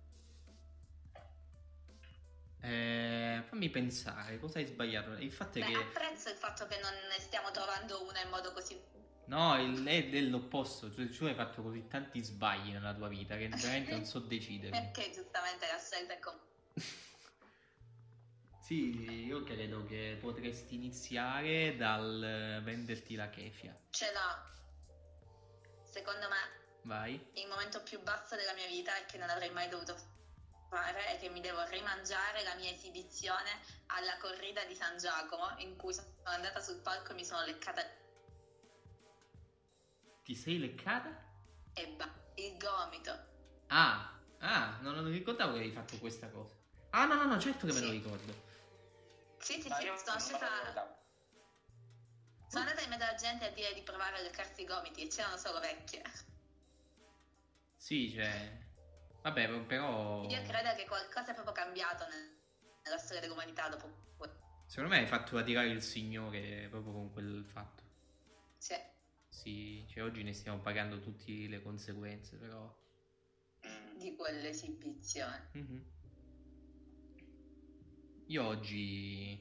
Speaker 2: Eh, fammi pensare, cosa hai sbagliato? Il fatto è
Speaker 3: Beh,
Speaker 2: che...
Speaker 3: apprezzo il fatto che non ne stiamo trovando una in modo così...
Speaker 2: No, il- è dell'opposto, cioè tu hai fatto così tanti sbagli nella tua vita che veramente non so decidere.
Speaker 3: Perché giustamente la scelta è comunque...
Speaker 2: Sì, io credo che potresti iniziare dal eh, venderti la kefia.
Speaker 3: Ce l'ho. Secondo me
Speaker 2: Vai.
Speaker 3: il momento più basso della mia vita e che non avrei mai dovuto fare è che mi devo rimangiare la mia esibizione alla corrida di San Giacomo in cui sono andata sul palco e mi sono leccata
Speaker 2: Ti sei leccata?
Speaker 3: e ba- il gomito.
Speaker 2: Ah, ah, non non ricordavo che avevi fatto questa cosa. Ah, no, no, no, certo che me lo
Speaker 3: Sì.
Speaker 2: ricordo.
Speaker 3: Sì, sì,
Speaker 4: Ma
Speaker 3: sì,
Speaker 4: io
Speaker 3: sono
Speaker 4: non me lo
Speaker 3: scesa
Speaker 4: ricordavo.
Speaker 3: Sono andata in mezzo alla gente a dire di provare a leccarsi i gomiti e c'erano solo vecchie.
Speaker 2: Sì, cioè. Vabbè, però...
Speaker 4: Oh.
Speaker 3: Io credo che qualcosa è proprio cambiato nel- nella storia dell'umanità dopo que-
Speaker 2: Secondo me hai fatto attirare il Signore proprio con quel fatto.
Speaker 3: cioè,
Speaker 2: Sì, cioè oggi ne stiamo pagando tutte le conseguenze, però...
Speaker 3: di quell'esibizione.
Speaker 2: Mhm. Io oggi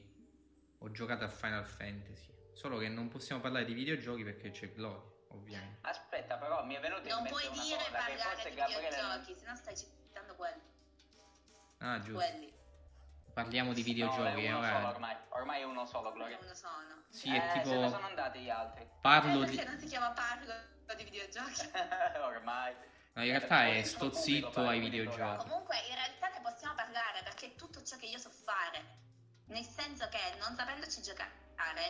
Speaker 2: ho giocato a Final Fantasy, solo che non possiamo parlare di videogiochi perché c'è Gloria, ovviamente.
Speaker 4: Aspetta, però mi è venuto in
Speaker 3: Non
Speaker 4: mente
Speaker 3: puoi
Speaker 4: una
Speaker 3: dire
Speaker 4: cosa che
Speaker 3: parlare
Speaker 4: forse
Speaker 3: di
Speaker 4: Gabriele
Speaker 3: videogiochi, se no stai citando quelli.
Speaker 2: Ah, giusto.
Speaker 3: quelli.
Speaker 2: Parliamo di videogiochi,
Speaker 4: No, è
Speaker 2: eh,
Speaker 4: uno
Speaker 2: ora.
Speaker 4: solo ormai, ormai è uno solo, Gloria.
Speaker 3: Non lo sono.
Speaker 2: Sì, è
Speaker 4: Eh, se ne sono
Speaker 2: tipo
Speaker 4: andati gli altri.
Speaker 2: parlo
Speaker 3: Eh,
Speaker 2: di
Speaker 3: perché non si chiama parlo di videogiochi?
Speaker 4: ormai.
Speaker 2: No, in realtà è
Speaker 4: Poi
Speaker 2: sto
Speaker 4: pubblico,
Speaker 2: zitto
Speaker 4: poi
Speaker 2: ai
Speaker 4: pubblico,
Speaker 2: videogiochi.
Speaker 3: Comunque in realtà ne possiamo parlare perché è tutto ciò che io so fare, nel senso che non sapendoci giocare,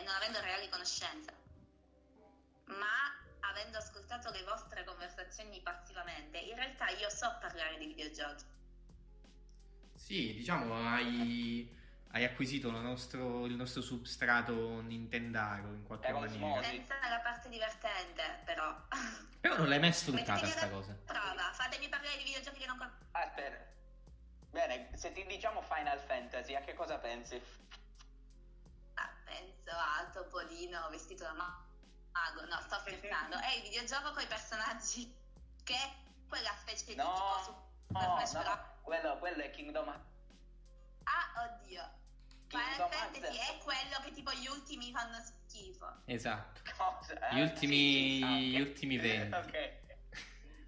Speaker 3: non avendo reali conoscenze, ma avendo ascoltato le vostre conversazioni passivamente, in realtà io so parlare di videogiochi.
Speaker 2: Sì, diciamo, hai, hai acquisito lo nostro- il nostro substrato Nintendaro in qualche
Speaker 4: Era un
Speaker 2: maniera.
Speaker 4: Sì.
Speaker 3: Senza la parte divertente, però.
Speaker 2: Però non l'hai mai sfruttata
Speaker 3: Mettetemi
Speaker 2: sta
Speaker 3: alla
Speaker 2: cosa.
Speaker 3: Prova, fatemi parlare di videogiochi che non conosco.
Speaker 4: Aspetta. Bene, se ti diciamo Final Fantasy, a che cosa pensi?
Speaker 3: Ah, penso a Topolino vestito da ma- mago, no, sto scherzando. È il videogioco con i personaggi che è quella specie di
Speaker 4: No,
Speaker 3: tipo su
Speaker 4: No,
Speaker 3: Smash
Speaker 4: no,
Speaker 3: Bros.
Speaker 4: quello, quello è Kingdom Hearts.
Speaker 3: Ah, oddio. Final
Speaker 4: Kingdom
Speaker 3: Fantasy
Speaker 4: Hearts.
Speaker 3: è quello che tipo gli ultimi fanno schifo.
Speaker 2: Esatto.
Speaker 4: Cosa? Eh,
Speaker 2: Gli ultimi-
Speaker 4: Sì, sì,
Speaker 2: gli
Speaker 4: ok.
Speaker 2: ultimi venti.
Speaker 4: Ok.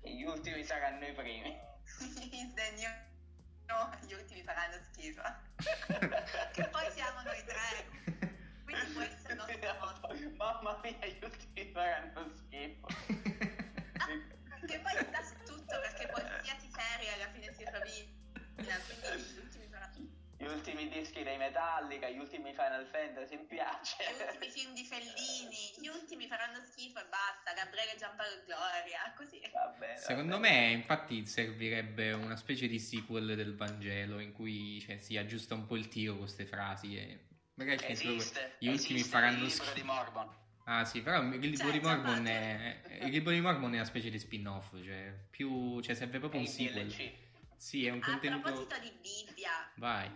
Speaker 4: Gli ultimi saranno i primi.
Speaker 3: Sdegno. No, gli ultimi faranno schifo. che poi siamo noi tre. Quindi può essere il nostro motto.
Speaker 4: Mamma mia, gli ultimi faranno schifo.
Speaker 3: Che poi sta su tutto perché qualsiasi serie alla fine si rovina. Quindi gli ultimi faranno
Speaker 4: Gli ultimi dischi dei Metallica, gli ultimi Final Fantasy, mi piace.
Speaker 3: gli ultimi film di Fellini, gli ultimi faranno schifo e basta, Gabriele Giampaolo e Gloria, così.
Speaker 4: Va bene,
Speaker 2: Secondo
Speaker 4: va bene.
Speaker 2: me, infatti, servirebbe una specie di sequel del Vangelo in cui cioè, si aggiusta un po' il tiro con queste frasi. E... Magari ci sono-
Speaker 4: Esiste,
Speaker 2: gli ultimi
Speaker 4: esiste il
Speaker 2: faranno
Speaker 4: libro di
Speaker 2: schifo.
Speaker 4: Mormon.
Speaker 2: Ah, sì, però il libro
Speaker 3: Cioè,
Speaker 2: di Mormon
Speaker 3: insomma,
Speaker 2: è. Il libro di Mormon è una specie di spin-off. Cioè, più. Cioè, serve
Speaker 4: È
Speaker 2: proprio un
Speaker 4: in
Speaker 2: sequel.
Speaker 4: DLC.
Speaker 2: Sì, è un
Speaker 3: Ah, A
Speaker 2: contenuto.
Speaker 3: proposito di Bibbia,
Speaker 2: Vai.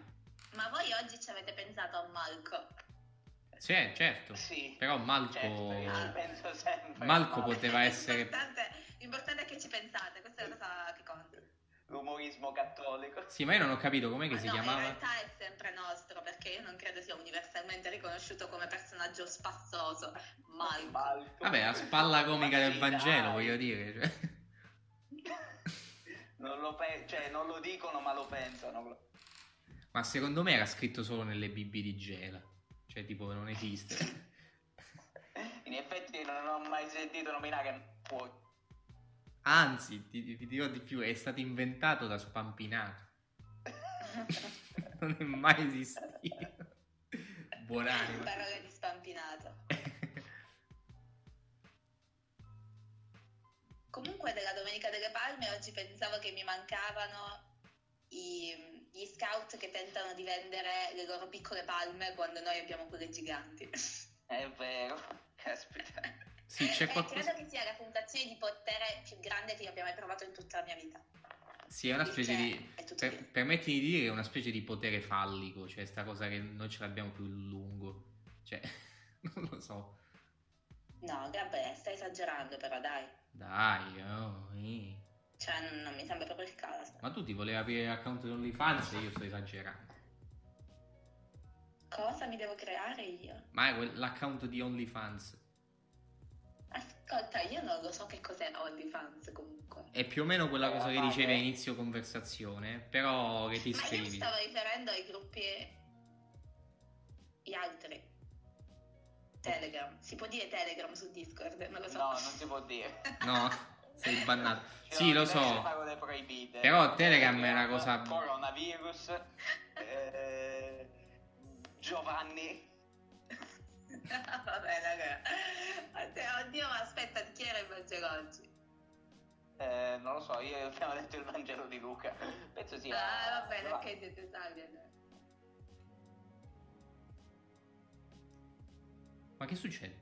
Speaker 3: ma voi oggi ci avete pensato a Malco?
Speaker 2: Cioè, certo.
Speaker 4: Sì.
Speaker 2: Però Malco.
Speaker 4: Certo, io ci penso sempre.
Speaker 2: Malco
Speaker 4: Ma-
Speaker 2: poteva- essere-
Speaker 3: L'importante, l'importante è che ci pensate, questa è la cosa che conta.
Speaker 4: L'umorismo cattolico.
Speaker 2: Sì, ma io non ho capito com'è che
Speaker 3: Ma
Speaker 2: si
Speaker 3: Ah, no, in
Speaker 2: chiamava.
Speaker 3: realtà è sempre nostro, perché io non credo sia universalmente riconosciuto come personaggio spazzoso, Malco.
Speaker 4: Malco.
Speaker 2: Vabbè, la spalla comica
Speaker 4: Ma
Speaker 2: del
Speaker 4: sì,
Speaker 2: Vangelo,
Speaker 4: dai.
Speaker 2: voglio dire. cioè.
Speaker 4: Non lo, pe- cioè, non lo dicono, ma lo pensano.
Speaker 2: Ma secondo me era scritto solo nelle BB di Gela. Cioè, tipo, non esiste.
Speaker 4: In effetti non ho mai sentito nominare puoi.
Speaker 2: Anzi, ti, ti- ti dirò di più, è stato inventato da Spampinato. Non è mai esistito. Buonanima.
Speaker 3: Parola di spampinato. Comunque della Domenica delle Palme oggi pensavo che mi mancavano i- gli scout che tentano di vendere le loro piccole palme quando noi abbiamo quelle giganti.
Speaker 4: È vero. Aspetta.
Speaker 2: Sì, c'è
Speaker 3: Eh,
Speaker 2: qualcosa...
Speaker 3: Credo che sia la sensazione di potere più grande che io abbia mai provato in tutta la mia vita.
Speaker 2: Sì, è una specie
Speaker 3: Cioè,
Speaker 2: di...
Speaker 3: è tutto
Speaker 2: per-
Speaker 3: lì.
Speaker 2: permettimi di dire, è una specie di potere fallico. Cioè, sta cosa che noi ce l'abbiamo più lungo. Cioè, non lo so.
Speaker 3: No, Gabriele, stai esagerando però, dai.
Speaker 2: Dai, oh, eh.
Speaker 3: Cioè, non, non mi sembra proprio il caso.
Speaker 2: Ma tu ti volevi aprire l'account di OnlyFans e io sto esagerando.
Speaker 3: Cosa mi devo creare io?
Speaker 2: Ma è quel- l'account di OnlyFans
Speaker 3: Ascolta, io non lo so che cos'è OnlyFans comunque.
Speaker 2: è più o meno quella cosa che
Speaker 4: Ah,
Speaker 2: dicevi a
Speaker 4: eh.
Speaker 2: inizio conversazione, però che ti
Speaker 3: Ma io mi
Speaker 2: iscrivi.
Speaker 3: stavo riferendo ai gruppi gli altri. Telegram. Si può dire Telegram su Discord? Non lo so.
Speaker 4: No, non si può dire.
Speaker 2: No, sei bannato.
Speaker 4: Ci
Speaker 2: Sì,
Speaker 4: sono
Speaker 2: lo
Speaker 4: diverse
Speaker 2: so.
Speaker 4: parole proibite. Cioè,
Speaker 2: Però Telegram è una cosa-
Speaker 4: Coronavirus. eh, Giovanni.
Speaker 3: Vabbè, raga. Oddio, Oddio, ma aspetta, di chi era il Vangelo oggi?
Speaker 4: eh, non lo so, io abbiamo detto il Vangelo di Luca. Penso sia.
Speaker 3: Ah, va bene,
Speaker 4: Giovanni.
Speaker 3: ok, siete salvi. allora.
Speaker 2: Ma che succede?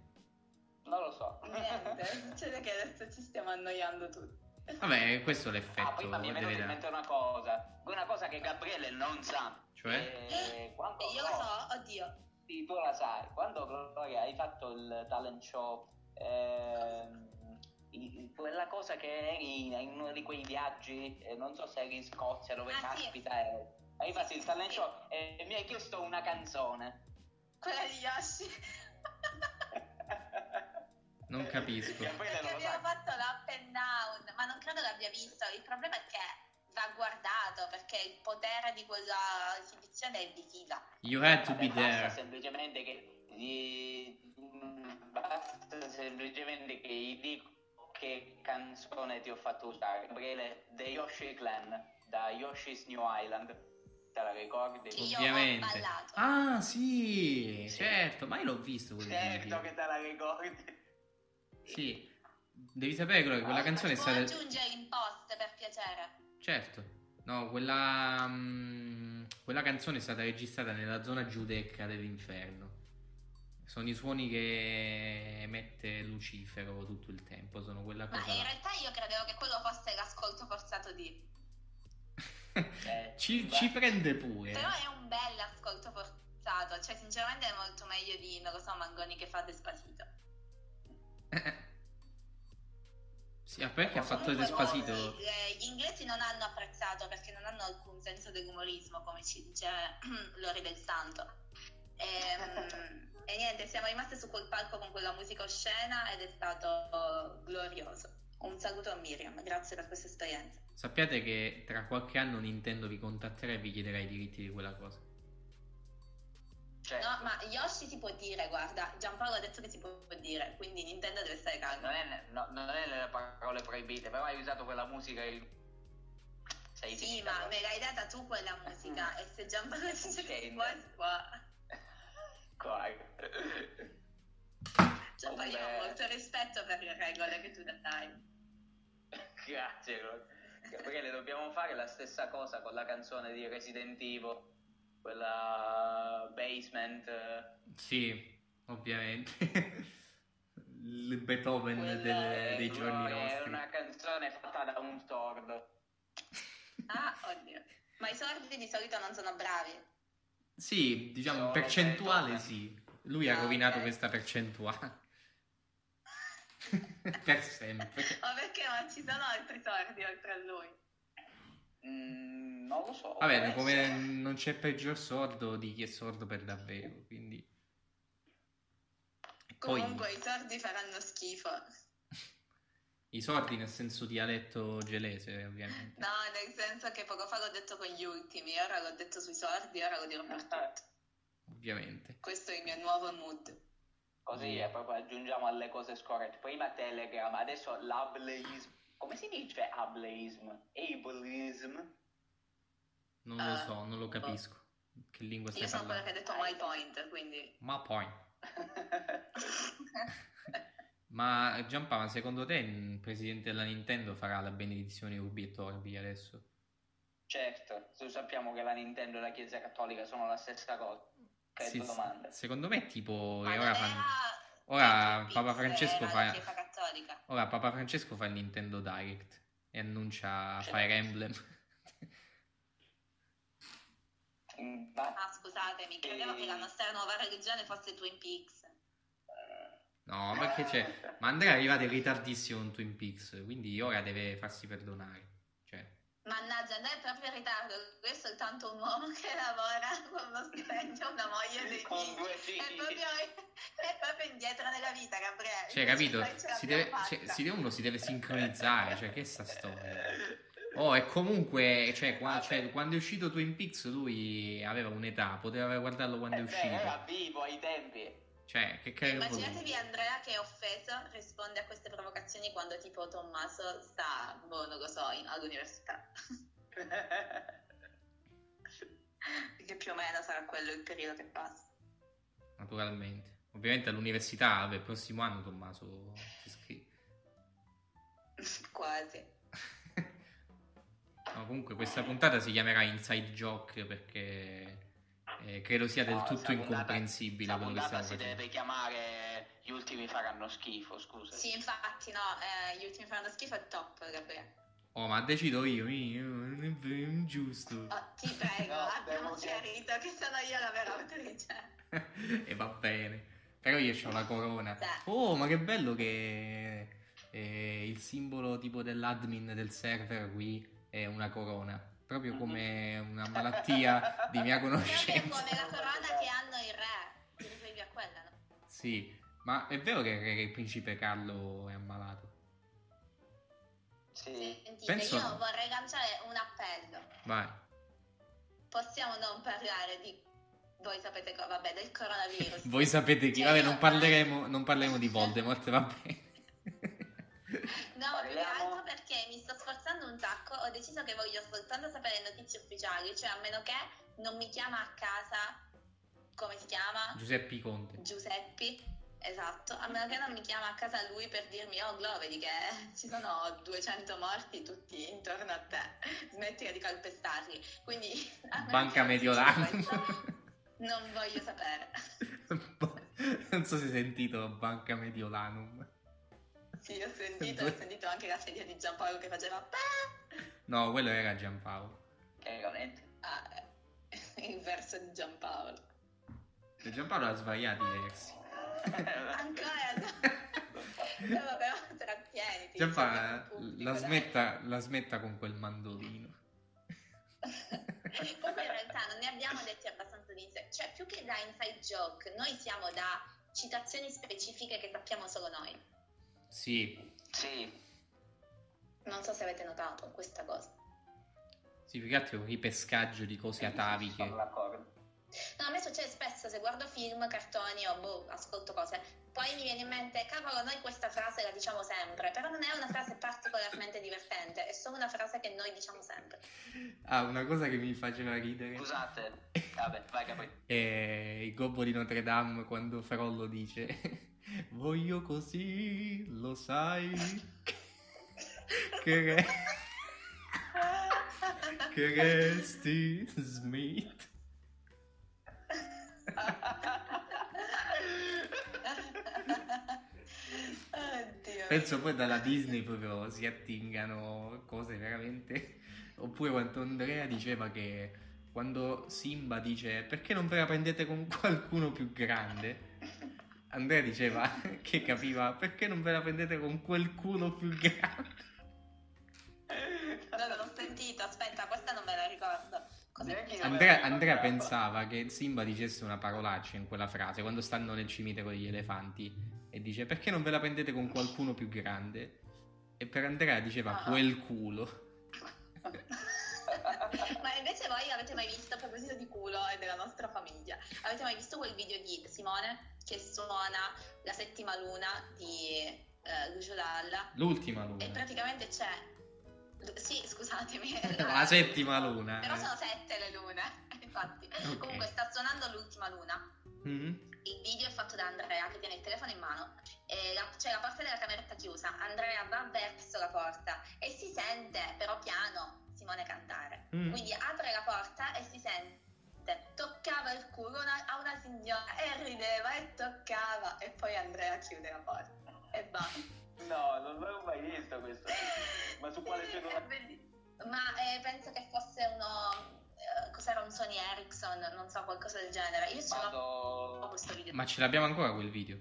Speaker 4: Non lo so.
Speaker 3: Niente, succede che adesso ci stiamo annoiando tutti.
Speaker 2: Vabbè, questo è
Speaker 4: Ah,
Speaker 2: l'effetto
Speaker 4: prima mi è venuta in
Speaker 2: dell'età.
Speaker 4: mente una cosa, una cosa che Gabriele non sa.
Speaker 2: Cioè?
Speaker 4: Eh, quando
Speaker 3: E io lo so, oddio.
Speaker 4: Sì, tu la sai, quando Gloria hai fatto il talent show, ehm, i- i- quella cosa che eri in uno di quei viaggi, eh, non so se eri in Scozia, dove
Speaker 3: Ah, sì.
Speaker 4: caspita eri, hai fatto il talent show e, e mi hai chiesto una canzone.
Speaker 3: Quella di Yoshi.
Speaker 2: Non capisco.
Speaker 4: Gabriele
Speaker 3: Perché
Speaker 4: non lo
Speaker 3: abbiamo
Speaker 4: sa.
Speaker 3: fatto l'up and down, ma non credo l'abbia visto. Il problema è che va guardato perché il potere di quella esibizione è di fila.
Speaker 2: You had to
Speaker 4: Vabbè,
Speaker 2: be
Speaker 4: basta
Speaker 2: there.
Speaker 4: semplicemente che gli- mm, basta semplicemente che gli dico che canzone ti ho fatto usare Gabriele The Yoshi Clan da Yoshi's New Island te la ricordi?
Speaker 3: Sì. Io ho
Speaker 2: Ovviamente.
Speaker 3: ballato.
Speaker 2: Ah, sì,
Speaker 4: Sì.
Speaker 2: certo, ma io l'ho visto quel
Speaker 4: certo
Speaker 2: video.
Speaker 4: che te la ricordi
Speaker 2: Sì. Devi sapere quello che quella
Speaker 4: Ah,
Speaker 2: canzone è
Speaker 3: Può
Speaker 2: stata
Speaker 3: aggiungere in post per piacere.
Speaker 2: Certo. No, quella mm, quella canzone è stata registrata nella zona giudecca dell'inferno. Sono i suoni che emette Lucifero tutto il tempo, sono quella
Speaker 3: Ma
Speaker 2: cosa
Speaker 3: in
Speaker 2: là.
Speaker 3: realtà io credevo che quello fosse l'ascolto forzato di.
Speaker 4: Eh,
Speaker 2: Ci,
Speaker 4: va-
Speaker 2: ci prende pure.
Speaker 3: Però è un bel ascolto forzato, cioè sinceramente è molto meglio di, non lo so, Mangoni che fa Despacito.
Speaker 2: Sì, ma perché ha fatto il
Speaker 3: Comunque,
Speaker 2: Despacito?
Speaker 3: no, eh, Gli inglesi non hanno apprezzato perché non hanno alcun senso dell'umorismo, come ci dice Lori del Santo. Ehm, E, niente, siamo rimaste su quel palco con quella musica oscena ed è stato glorioso. Un saluto a Miriam, grazie per questa esperienza.
Speaker 2: Sappiate che tra qualche anno Nintendo vi contatterà e vi chiederà i diritti di quella cosa. Eh.
Speaker 4: certo.
Speaker 3: No, ma Yoshi si può dire, guarda, Giampaolo ha detto che si può dire, quindi Nintendo deve stare calma.
Speaker 4: non è, ne- no, non è nelle parole proibite però hai usato quella musica il- sei
Speaker 3: Sì,
Speaker 4: finita,
Speaker 3: ma
Speaker 4: allora.
Speaker 3: me l'hai data tu quella
Speaker 2: Mm.
Speaker 3: musica e se Giampaolo dice che si può,
Speaker 4: Scende.
Speaker 3: si può.
Speaker 4: Guarda.
Speaker 3: Cioè, poi io ho
Speaker 4: Vabbè.
Speaker 3: molto rispetto per le regole che tu dai.
Speaker 4: Grazie, Ro- Gabriele. Dobbiamo fare la stessa cosa con la canzone di Resident Evil, quella Basement. eh,
Speaker 2: Sì, ovviamente. Il Beethoven
Speaker 4: quella
Speaker 2: del-
Speaker 4: è-
Speaker 2: dei giorni
Speaker 4: no, È
Speaker 2: nostri.
Speaker 4: eh, una canzone fatta da un sordo.
Speaker 3: Ah, oddio. Ma i sordi di solito non sono bravi.
Speaker 2: Sì, diciamo in
Speaker 4: Solo
Speaker 2: percentuale
Speaker 4: Beethoven.
Speaker 2: sì. Lui ha
Speaker 3: Ah,
Speaker 2: rovinato
Speaker 3: ok.
Speaker 2: questa percentuale. per sempre.
Speaker 3: o perché non ci sono altri sordi oltre a lui.
Speaker 4: Mm, non lo so.
Speaker 2: Vabbè,
Speaker 4: può
Speaker 2: come
Speaker 4: essere.
Speaker 2: non c'è peggior sordo di chi è sordo per davvero, quindi... E poi
Speaker 3: Comunque i sordi faranno schifo.
Speaker 2: i sordi nel senso dialetto gelese, ovviamente.
Speaker 3: No, nel senso che poco fa l'ho detto con gli ultimi, ora l'ho detto sui sordi, ora lo dirò per tutti.
Speaker 2: Ovviamente.
Speaker 3: Questo è il mio nuovo mood.
Speaker 4: Così è proprio aggiungiamo alle cose scorrette. Prima Telegram, adesso l'ableism. Come si dice ableism? Ableism?
Speaker 2: Non
Speaker 3: Ah,
Speaker 2: lo so, non lo
Speaker 3: boh.
Speaker 2: capisco. Che lingua stai
Speaker 3: Io sono quella
Speaker 2: parlando?
Speaker 3: che ha detto my point, quindi...
Speaker 2: Ma poi, ma Giampa, ma secondo te il presidente della Nintendo farà la benedizione Ubi e Torbi adesso?
Speaker 4: certo, se sappiamo che la Nintendo e la Chiesa Cattolica sono la stessa cosa. Che
Speaker 2: Sì, sì.
Speaker 4: domanda.
Speaker 2: Secondo me è tipo
Speaker 3: Ma ah!
Speaker 2: che
Speaker 3: non
Speaker 2: ora,
Speaker 3: era-
Speaker 2: fanno-
Speaker 3: era
Speaker 2: ora
Speaker 3: Twin
Speaker 2: Papa
Speaker 3: Peaks,
Speaker 2: Francesco
Speaker 3: era
Speaker 2: fa
Speaker 3: la Chiesa cattolica.
Speaker 2: ora Papa Francesco fa il Nintendo Direct e annuncia
Speaker 4: Certo.
Speaker 2: Fire Emblem.
Speaker 4: Infatti,
Speaker 3: Ah, scusatemi, credevo che la nostra nuova religione fosse Twin Peaks.
Speaker 2: No, ma che c'è? Ma Andrea è arrivato in ritardissimo in Twin Peaks, quindi ora deve farsi perdonare. Cioè,
Speaker 3: Eh, Mannaggia, Andrea è proprio in ritardo. Lui è soltanto un uomo che lavora con uno stipendio, una moglie e dei
Speaker 4: con
Speaker 3: figli.
Speaker 4: due
Speaker 3: È
Speaker 4: figli.
Speaker 3: proprio, è proprio indietro nella vita, Gabriele.
Speaker 2: cioè, capito?
Speaker 3: Noi ce
Speaker 2: Si
Speaker 3: l'abbiamo
Speaker 2: deve, cioè,
Speaker 3: fatta.
Speaker 2: si deve- uno si deve sincronizzare, cioè, che è sta storia? Oh, e comunque, cioè, qua-
Speaker 4: Vabbè.
Speaker 2: cioè, quando è uscito Twin Peaks lui aveva un'età, poteva guardarlo quando è
Speaker 4: Eh, beh, era
Speaker 2: uscito.
Speaker 4: vivo ai tempi.
Speaker 2: Cioè, che cavolo
Speaker 3: Immaginatevi Andrea che è offeso, risponde a queste provocazioni quando tipo Tommaso sta, boh, non lo so, in- all'università. Perché più o meno sarà quello il periodo che passa.
Speaker 2: Naturalmente. Ovviamente all'università, vabbè, il prossimo anno Tommaso si iscrive.
Speaker 3: Quasi.
Speaker 2: No, comunque questa puntata si chiamerà Inside Joke perché eh, credo sia del
Speaker 4: No,
Speaker 2: tutto
Speaker 4: sta puntata-
Speaker 2: incomprensibile
Speaker 4: La
Speaker 2: quello che
Speaker 4: puntata
Speaker 2: stiamo
Speaker 4: si
Speaker 2: facendo.
Speaker 4: deve chiamare gli ultimi ultimi faranno schifo, scusa.
Speaker 3: Sì, infatti, no, eh, gli ultimi fanno schifo è top, Gabriele.
Speaker 2: Oh, ma decido io, mi- io- non è vero, è ingiusto.
Speaker 3: Oh, ti prego,
Speaker 4: No,
Speaker 3: abbiamo
Speaker 4: devo che-
Speaker 3: chiarito che sono io la vera autrice.
Speaker 2: e va bene. Però io ho la corona.
Speaker 3: Beh.
Speaker 2: Oh, ma che bello che eh, il simbolo tipo dell'admin del server qui è una corona. Proprio
Speaker 4: Mm-hmm.
Speaker 2: come una malattia di mia
Speaker 3: Proprio
Speaker 2: conoscenza.
Speaker 3: come la corona che hanno i re. Ti riferivi a quella, no?
Speaker 2: Sì, ma è vero che, che il principe Carlo è ammalato.
Speaker 4: Sì.
Speaker 3: Sentite,
Speaker 2: Penso-
Speaker 3: io vorrei lanciare un appello.
Speaker 2: Vai.
Speaker 3: Possiamo non parlare di... Voi sapete cosa? Vabbè, del coronavirus.
Speaker 2: Voi sapete chi.
Speaker 3: Cioè,
Speaker 2: Vabbè,
Speaker 3: io-
Speaker 2: non parleremo, non parleremo di Voldemort, va bene.
Speaker 3: No, ma più che
Speaker 4: Parliamo-
Speaker 3: altro perché mi sto sforzando un sacco, ho deciso che voglio soltanto sapere notizie ufficiali, cioè a meno che non mi chiama a casa, come si chiama?
Speaker 2: Giuseppe Conte.
Speaker 3: Giuseppi, esatto, a meno che non mi chiama a casa lui per dirmi oh Glo, vedi che ci sono 200 morti tutti intorno a te, smettila di calpestarli, quindi a meno
Speaker 2: Banca
Speaker 3: che non dici
Speaker 2: Mediolanum.
Speaker 3: questo, Non voglio sapere.
Speaker 2: non so se hai sentito Banca Mediolanum.
Speaker 3: Sì, ho sentito, ho sentito anche la sedia di Giampaolo che faceva "Pa!"
Speaker 2: No, quello era Giampaolo.
Speaker 4: Chiaramente.
Speaker 3: Ah, il verso di Giampaolo.
Speaker 2: Cioè, Giampaolo ha sbagliato i versi.
Speaker 3: Ancora no. Eh, vabbè, ma trattieniti.
Speaker 2: Giampaolo
Speaker 3: siamo in pubblico,
Speaker 2: eh, la
Speaker 3: dai.
Speaker 2: smetta, la smetta con quel mandolino.
Speaker 3: Comunque in realtà non ne abbiamo detti abbastanza di sé. Cioè, più che da inside joke, noi siamo da citazioni specifiche che sappiamo solo noi.
Speaker 2: Sì,
Speaker 4: Sì.
Speaker 3: Non so se avete notato questa cosa.
Speaker 2: sì, più che altro è un ripescaggio di cose
Speaker 4: Sono
Speaker 2: ataviche.
Speaker 4: d'accordo.
Speaker 3: No, a me succede spesso se guardo film, cartoni o boh, ascolto cose, poi mi viene in mente, cavolo, noi questa frase la diciamo sempre, però non è una frase particolarmente divertente, è solo una frase che noi diciamo sempre.
Speaker 2: Ah, una cosa che mi faceva ridere.
Speaker 4: Scusate. Vabbè, vai Gabriele.
Speaker 2: E il gobbo di Notre Dame quando Frollo dice Voglio così, lo sai Che, re- che resti Smith
Speaker 3: Oddio.
Speaker 2: Penso poi dalla Disney proprio si attingano cose veramente Oppure quanto Andrea diceva che quando Simba dice Perché non ve la prendete con qualcuno più grande? Andrea diceva che capiva Perché non ve la prendete con qualcuno più grande?
Speaker 3: No, non l'ho sentito, aspetta, questa non me la ricordo. Cosa
Speaker 4: Neanche io.
Speaker 2: Andrea, Andrea pensava che Simba dicesse una parolaccia in quella frase quando stanno nel cimitero degli elefanti e dice perché non ve la prendete con qualcuno più grande? E per Andrea diceva
Speaker 3: Ah.
Speaker 2: quel culo.
Speaker 3: Ma invece voi avete mai visto, a proposito di culo e della nostra famiglia, avete mai visto quel video di Simone che suona la settima luna di eh, Lucio Dalla?
Speaker 2: L'ultima
Speaker 3: E
Speaker 2: luna.
Speaker 3: praticamente c'è... Sì, scusatemi.
Speaker 2: La settima luna. eh.
Speaker 3: Però sono sette le lune, infatti.
Speaker 2: Ok.
Speaker 3: Comunque sta suonando l'ultima luna.
Speaker 2: Mhm.
Speaker 3: Il video è fatto da Andrea che tiene il telefono in mano. E la- c'è la porta della cameretta chiusa. Andrea va verso la porta e si sente, però piano, Simone cantare.
Speaker 2: Mm.
Speaker 3: Quindi apre la porta e si sente. Toccava il culo una- a una signora e rideva e toccava. E poi Andrea chiude la porta. E basta.
Speaker 4: No, non l'ho mai visto questo. Ma su quale
Speaker 3: Sì,
Speaker 4: piano-
Speaker 3: è bellissimo. Ma eh, penso che fosse uno. eh, cos'era un Sony Ericsson? Non so, qualcosa del genere. Io ce l'ho
Speaker 4: Vado.
Speaker 3: questo video.
Speaker 2: Ma ce l'abbiamo ancora quel video.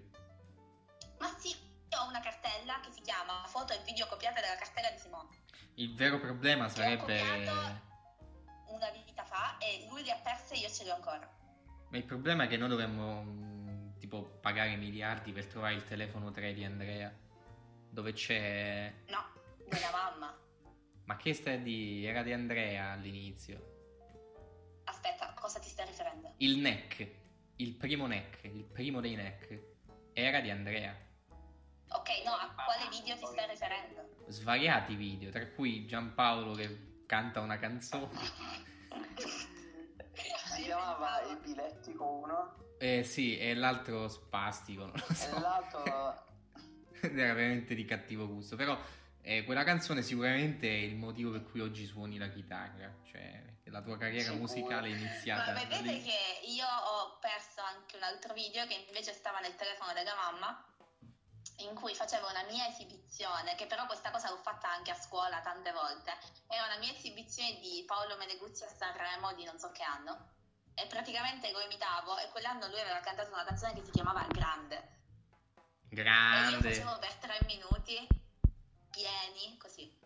Speaker 3: Ma sì, io ho una cartella che si chiama Foto e video copiate dalla cartella di Simone.
Speaker 2: Il vero problema
Speaker 3: Che ho
Speaker 2: sarebbe...
Speaker 3: copiato. Una vita fa e lui le ha perse e io ce le ho ancora.
Speaker 2: Ma il problema è che noi dovremmo mm, tipo pagare miliardi per trovare il telefono 3 di Andrea. Dove c'è...
Speaker 3: No, della mamma.
Speaker 2: Ma che stai di... Era di Andrea all'inizio.
Speaker 3: Aspetta, cosa ti stai riferendo?
Speaker 2: Il neck, il primo neck, il primo dei neck, era di Andrea.
Speaker 3: Ok, no, a quale video ti stai riferendo?
Speaker 2: Svariati video, tra cui Giampaolo che canta una canzone.
Speaker 4: Si chiamava Epilettico 1
Speaker 2: Eh sì, e l'altro spastico, non lo
Speaker 4: e
Speaker 2: so.
Speaker 4: l'altro
Speaker 2: Era veramente di cattivo gusto, però eh, quella canzone sicuramente è il motivo per cui oggi suoni la chitarra, cioè che la tua carriera
Speaker 4: Sicuro.
Speaker 2: musicale è
Speaker 3: Ma
Speaker 2: iniziata. da
Speaker 3: vedete
Speaker 2: lì.
Speaker 3: che io ho perso anche un altro video che invece stava nel telefono della mamma in cui facevo una mia esibizione, che però questa cosa l'ho fatta anche a scuola tante volte, era una mia esibizione di Paolo Meneguzzi a Sanremo di non so che anno, e praticamente lo imitavo e quell'anno lui aveva cantato una canzone che si chiamava Il Grande. E io
Speaker 2: Grande.
Speaker 3: facevo per tre minuti pieni, così.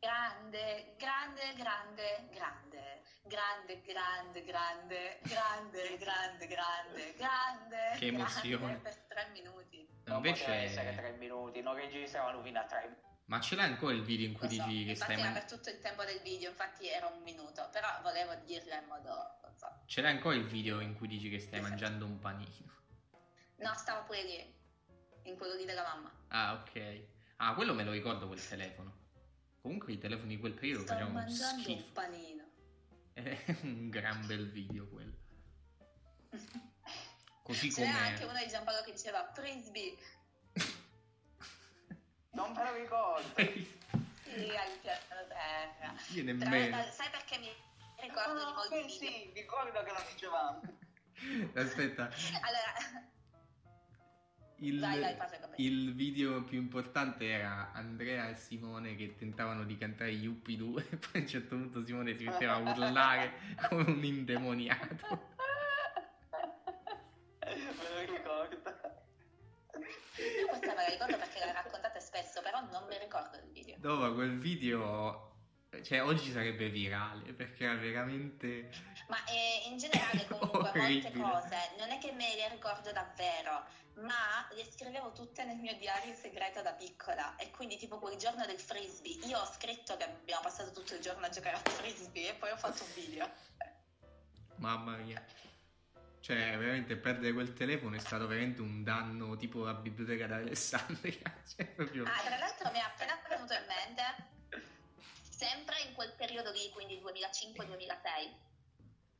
Speaker 3: Grande, grande, grande, grande, grande, grande, grande, grande, grande, grande, grande.
Speaker 2: Che emozione.
Speaker 3: grande, Per tre minuti.
Speaker 4: Non poteva essere
Speaker 2: Invece,
Speaker 4: tre minuti, non registravano fino a tre minuti.
Speaker 2: ma ce l'hai ancora il video in
Speaker 3: Lo
Speaker 2: cui
Speaker 3: so,
Speaker 2: dici che
Speaker 3: infatti
Speaker 2: stai
Speaker 3: era
Speaker 2: man-
Speaker 3: per tutto il tempo del video, infatti era un minuto, però volevo dirlo in modo, non so.
Speaker 2: ce l'hai ancora il video in cui dici che stai mangiando un panino?
Speaker 3: No, stavo pure lì, in quello lì della mamma.
Speaker 2: Ah, ok. Ah, quello me lo ricordo quel telefono. Comunque i telefoni di quel periodo
Speaker 3: Sto
Speaker 2: facevano
Speaker 3: mangiando
Speaker 2: schifo.
Speaker 3: un panino.
Speaker 2: È un gran bel video quello. Così
Speaker 3: C'era
Speaker 2: come
Speaker 3: anche uno di Giampaolo che diceva frisbee.
Speaker 4: Non me lo ricordo.
Speaker 3: Sì, al piano terra.
Speaker 2: Io
Speaker 3: Tra-
Speaker 2: nemmeno.
Speaker 3: sai perché mi ricordo di
Speaker 4: Ah,
Speaker 3: molti video?
Speaker 4: sì, sì, ricordo che lo dicevamo.
Speaker 2: Aspetta,
Speaker 3: Allora,
Speaker 2: il,
Speaker 3: vai, vai, parla con me.
Speaker 2: il video più importante era Andrea e Simone che tentavano di cantare Yuppie 2 e poi a un certo punto Simone si metteva a urlare come un indemoniato.
Speaker 4: Me lo ricordo.
Speaker 3: Io questa me la ricordo perché la raccontate spesso, però non mi ricordo il video.
Speaker 2: No, ma quel video, cioè oggi sarebbe virale perché era veramente...
Speaker 3: Ma eh, in generale comunque molte
Speaker 2: Orribile.
Speaker 3: cose non è che me le ricordo davvero, ma le scrivevo tutte nel mio diario segreto da piccola e quindi tipo quel giorno del frisbee io ho scritto che abbiamo passato tutto il giorno a giocare a frisbee e poi ho fatto un video.
Speaker 2: Mamma mia. Cioè, veramente perdere quel telefono è stato veramente un danno tipo la biblioteca d'Alessandria. Cioè, proprio...
Speaker 3: Ah, tra l'altro mi è appena venuto in mente, sempre in quel periodo lì, quindi 2005-2006,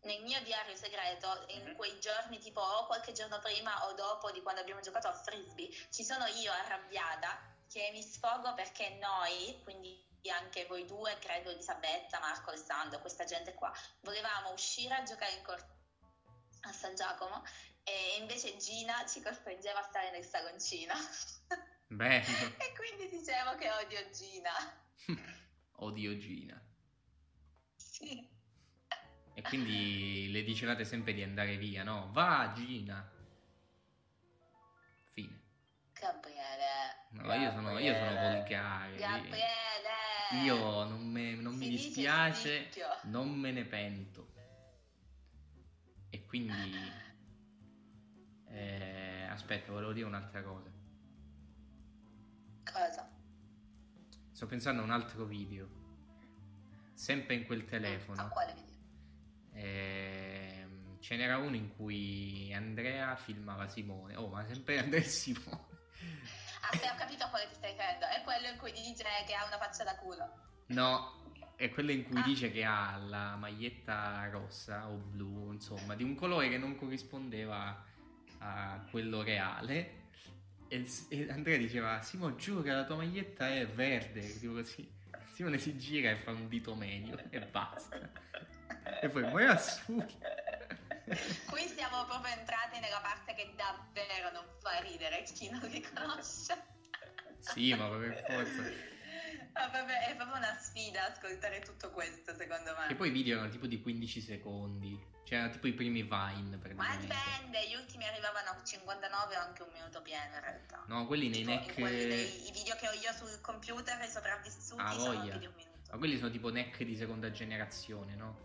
Speaker 3: nel mio diario segreto, in
Speaker 4: Mhm.
Speaker 3: quei giorni tipo o qualche giorno prima o dopo di quando abbiamo giocato a frisbee, ci sono io arrabbiata che mi sfogo perché noi, quindi anche voi due, credo Elisabetta, Marco, Alessandro, questa gente qua, volevamo uscire a giocare in cor- a San Giacomo e invece Gina ci costringeva a stare nel saloncino.
Speaker 2: Bello.
Speaker 3: E quindi dicevo che odio Gina.
Speaker 2: Odio Gina.
Speaker 3: Sì.
Speaker 2: E quindi le dicevate sempre di andare via, no? Va Gina. Fine.
Speaker 3: Gabriele.
Speaker 2: No, io sono, io sono
Speaker 4: Gabriele.
Speaker 2: volgare.
Speaker 3: Gabriele.
Speaker 2: Mm, Io non, me- non mi
Speaker 3: Si dice
Speaker 2: dispiace,
Speaker 3: Nicchio.
Speaker 2: non me ne pento. E quindi... eh, aspetta, volevo dire un'altra cosa.
Speaker 3: Cosa?
Speaker 2: Sto pensando a un altro video, sempre in quel
Speaker 3: A
Speaker 2: telefono.
Speaker 3: quale video?
Speaker 2: Ehm, ce n'era uno in cui Andrea filmava Simone. Oh, ma sempre Andrea e Simone.
Speaker 3: Ah, se ho capito a quale ti stai riferendo. È quello in cui dice che ha una faccia da culo.
Speaker 2: No, è quello in cui
Speaker 3: Ah.
Speaker 2: dice che ha la maglietta rossa o blu, insomma, di un colore che non corrispondeva a quello reale. E, s- e Andrea diceva: Simo, giuro la tua maglietta è verde. Tipo così. Simone si gira e fa un dito medio e basta. E poi, ma è assurdo.
Speaker 3: Qui siamo proprio entrati nella parte che davvero non fa ridere chi non riconosce.
Speaker 2: Sì, ma per forza.
Speaker 3: Ah, vabbè, è proprio una sfida ascoltare tutto questo, secondo me.
Speaker 2: Che poi i video erano tipo di 15 secondi. Cioè, erano tipo i primi Vine
Speaker 3: Ma
Speaker 2: praticamente.
Speaker 3: dipende, gli ultimi arrivavano a 59 o anche un minuto pieno in realtà.
Speaker 2: No, quelli nei
Speaker 3: Tipo,
Speaker 2: neck.
Speaker 3: in quelli dei- I video che ho io sul computer, i sopravvissuti,
Speaker 2: Ah,
Speaker 3: sono
Speaker 2: voglia.
Speaker 3: più di un minuto.
Speaker 2: Ma quelli sono tipo neck di seconda generazione, no?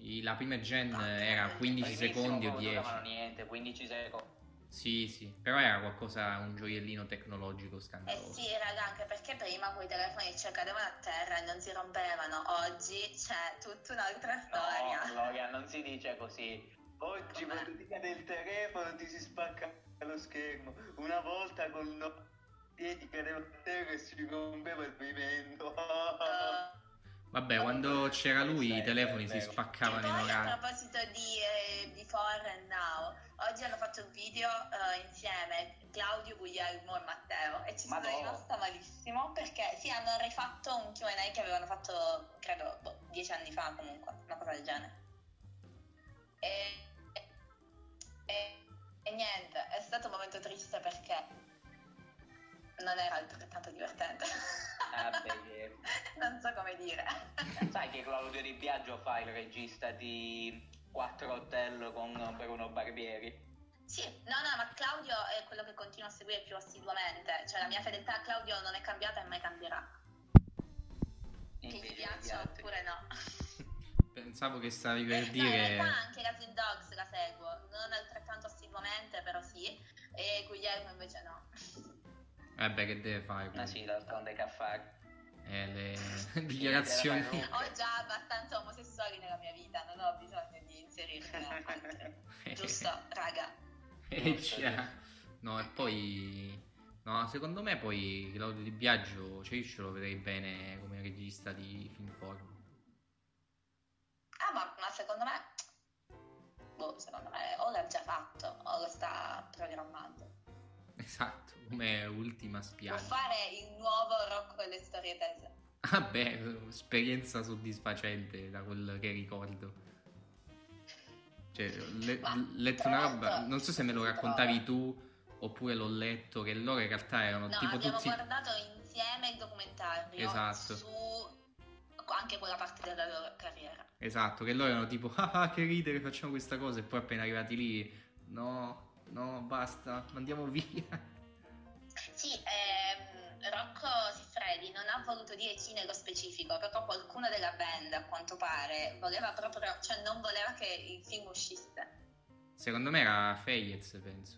Speaker 2: I- la prima gen
Speaker 3: Ah,
Speaker 2: era
Speaker 3: ok.
Speaker 2: 15
Speaker 4: Primissimo
Speaker 2: secondi o
Speaker 4: proprio
Speaker 2: 10.
Speaker 4: Non niente, 15 secondi.
Speaker 2: Sì, sì. Però era qualcosa, un gioiellino tecnologico
Speaker 3: Eh
Speaker 2: scandaloso.
Speaker 3: sì, raga, anche perché prima quei telefoni ci cadevano a terra e non si rompevano. Oggi c'è tutta un'altra storia.
Speaker 4: No, Gloria, non si dice così. Oggi
Speaker 3: Com'è?
Speaker 4: quando ti cade il telefono ti si spacca lo schermo. Una volta con no... piedi cadeva a terra e si rompeva il pavimento.
Speaker 3: Eh,
Speaker 2: Vabbè, quando c'era lui i
Speaker 4: Sì,
Speaker 2: telefoni
Speaker 4: è
Speaker 2: si
Speaker 4: vero.
Speaker 3: e
Speaker 2: spaccavano in
Speaker 3: Cioè, poi a
Speaker 2: orario.
Speaker 3: proposito di, eh, di Foreign Now, oggi hanno fatto un video eh, insieme Claudio, Guglielmo e Matteo e ci
Speaker 4: Madò.
Speaker 3: sono rimasta malissimo perché sì, hanno rifatto un Q&A che avevano fatto credo boh, dieci anni fa comunque, una cosa del genere. E, e- e niente, è stato un momento triste perché non era altrettanto divertente.
Speaker 4: Ah, beh,
Speaker 3: non so come dire.
Speaker 4: Sai che Claudio Di Biagio fa il regista di Quattro Hotel con Bruno Barbieri.
Speaker 3: Sì, no, no, ma Claudio è quello che continuo a seguire più assiduamente, cioè la mia fedeltà a Claudio non è cambiata e mai cambierà. Che gli
Speaker 4: Invece
Speaker 3: piaccia
Speaker 4: altri.
Speaker 3: oppure no.
Speaker 2: Pensavo che stavi per
Speaker 3: No, in
Speaker 2: dire.
Speaker 3: realtà anche Gazin Dogs la seguo, non altrettanto assiduamente, però sì, e Guglielmo invece no.
Speaker 2: Eh beh, che deve fare?
Speaker 4: Ma
Speaker 2: quindi?
Speaker 4: Ah, sì, d'altronde che a fare.
Speaker 2: Eh, le dichiarazioni.
Speaker 3: Ho già abbastanza omosessuali nella mia vita, non ho bisogno di inserirne altri. Giusto, raga.
Speaker 2: Eh già. No, e poi. No, secondo me poi Claudio Di Biagio, cioè io ce lo vedrei bene come regista di film porno.
Speaker 3: Ah, ma, ma secondo me, boh, secondo me o l'ha già fatto o lo sta programmando.
Speaker 2: Esatto, come ultima
Speaker 3: Può
Speaker 2: spiaggia.
Speaker 3: fare il nuovo Rocco e le storie tese.
Speaker 2: Vabbè, esperienza soddisfacente da quel che ricordo. Cioè, ho le-
Speaker 3: Ma,
Speaker 2: l- letto
Speaker 3: tra
Speaker 2: una roba,
Speaker 3: l'altro,
Speaker 2: non so se me lo
Speaker 3: si
Speaker 2: raccontavi
Speaker 3: trova.
Speaker 2: tu oppure l'ho letto, che loro in realtà erano
Speaker 3: No,
Speaker 2: tipo
Speaker 3: abbiamo
Speaker 2: tutti...
Speaker 3: guardato insieme il documentario
Speaker 2: Esatto.
Speaker 3: su anche quella parte della loro carriera.
Speaker 2: Esatto, che loro erano tipo, ah, ah, che ridere, facciamo questa cosa e poi appena arrivati lì, no, no, basta, andiamo via.
Speaker 3: Sì, ehm, Rocco Siffredi non ha voluto dire chi nello specifico, però qualcuno della band, a quanto pare, voleva proprio, cioè non voleva che il film uscisse.
Speaker 2: Secondo me era Feyez, penso.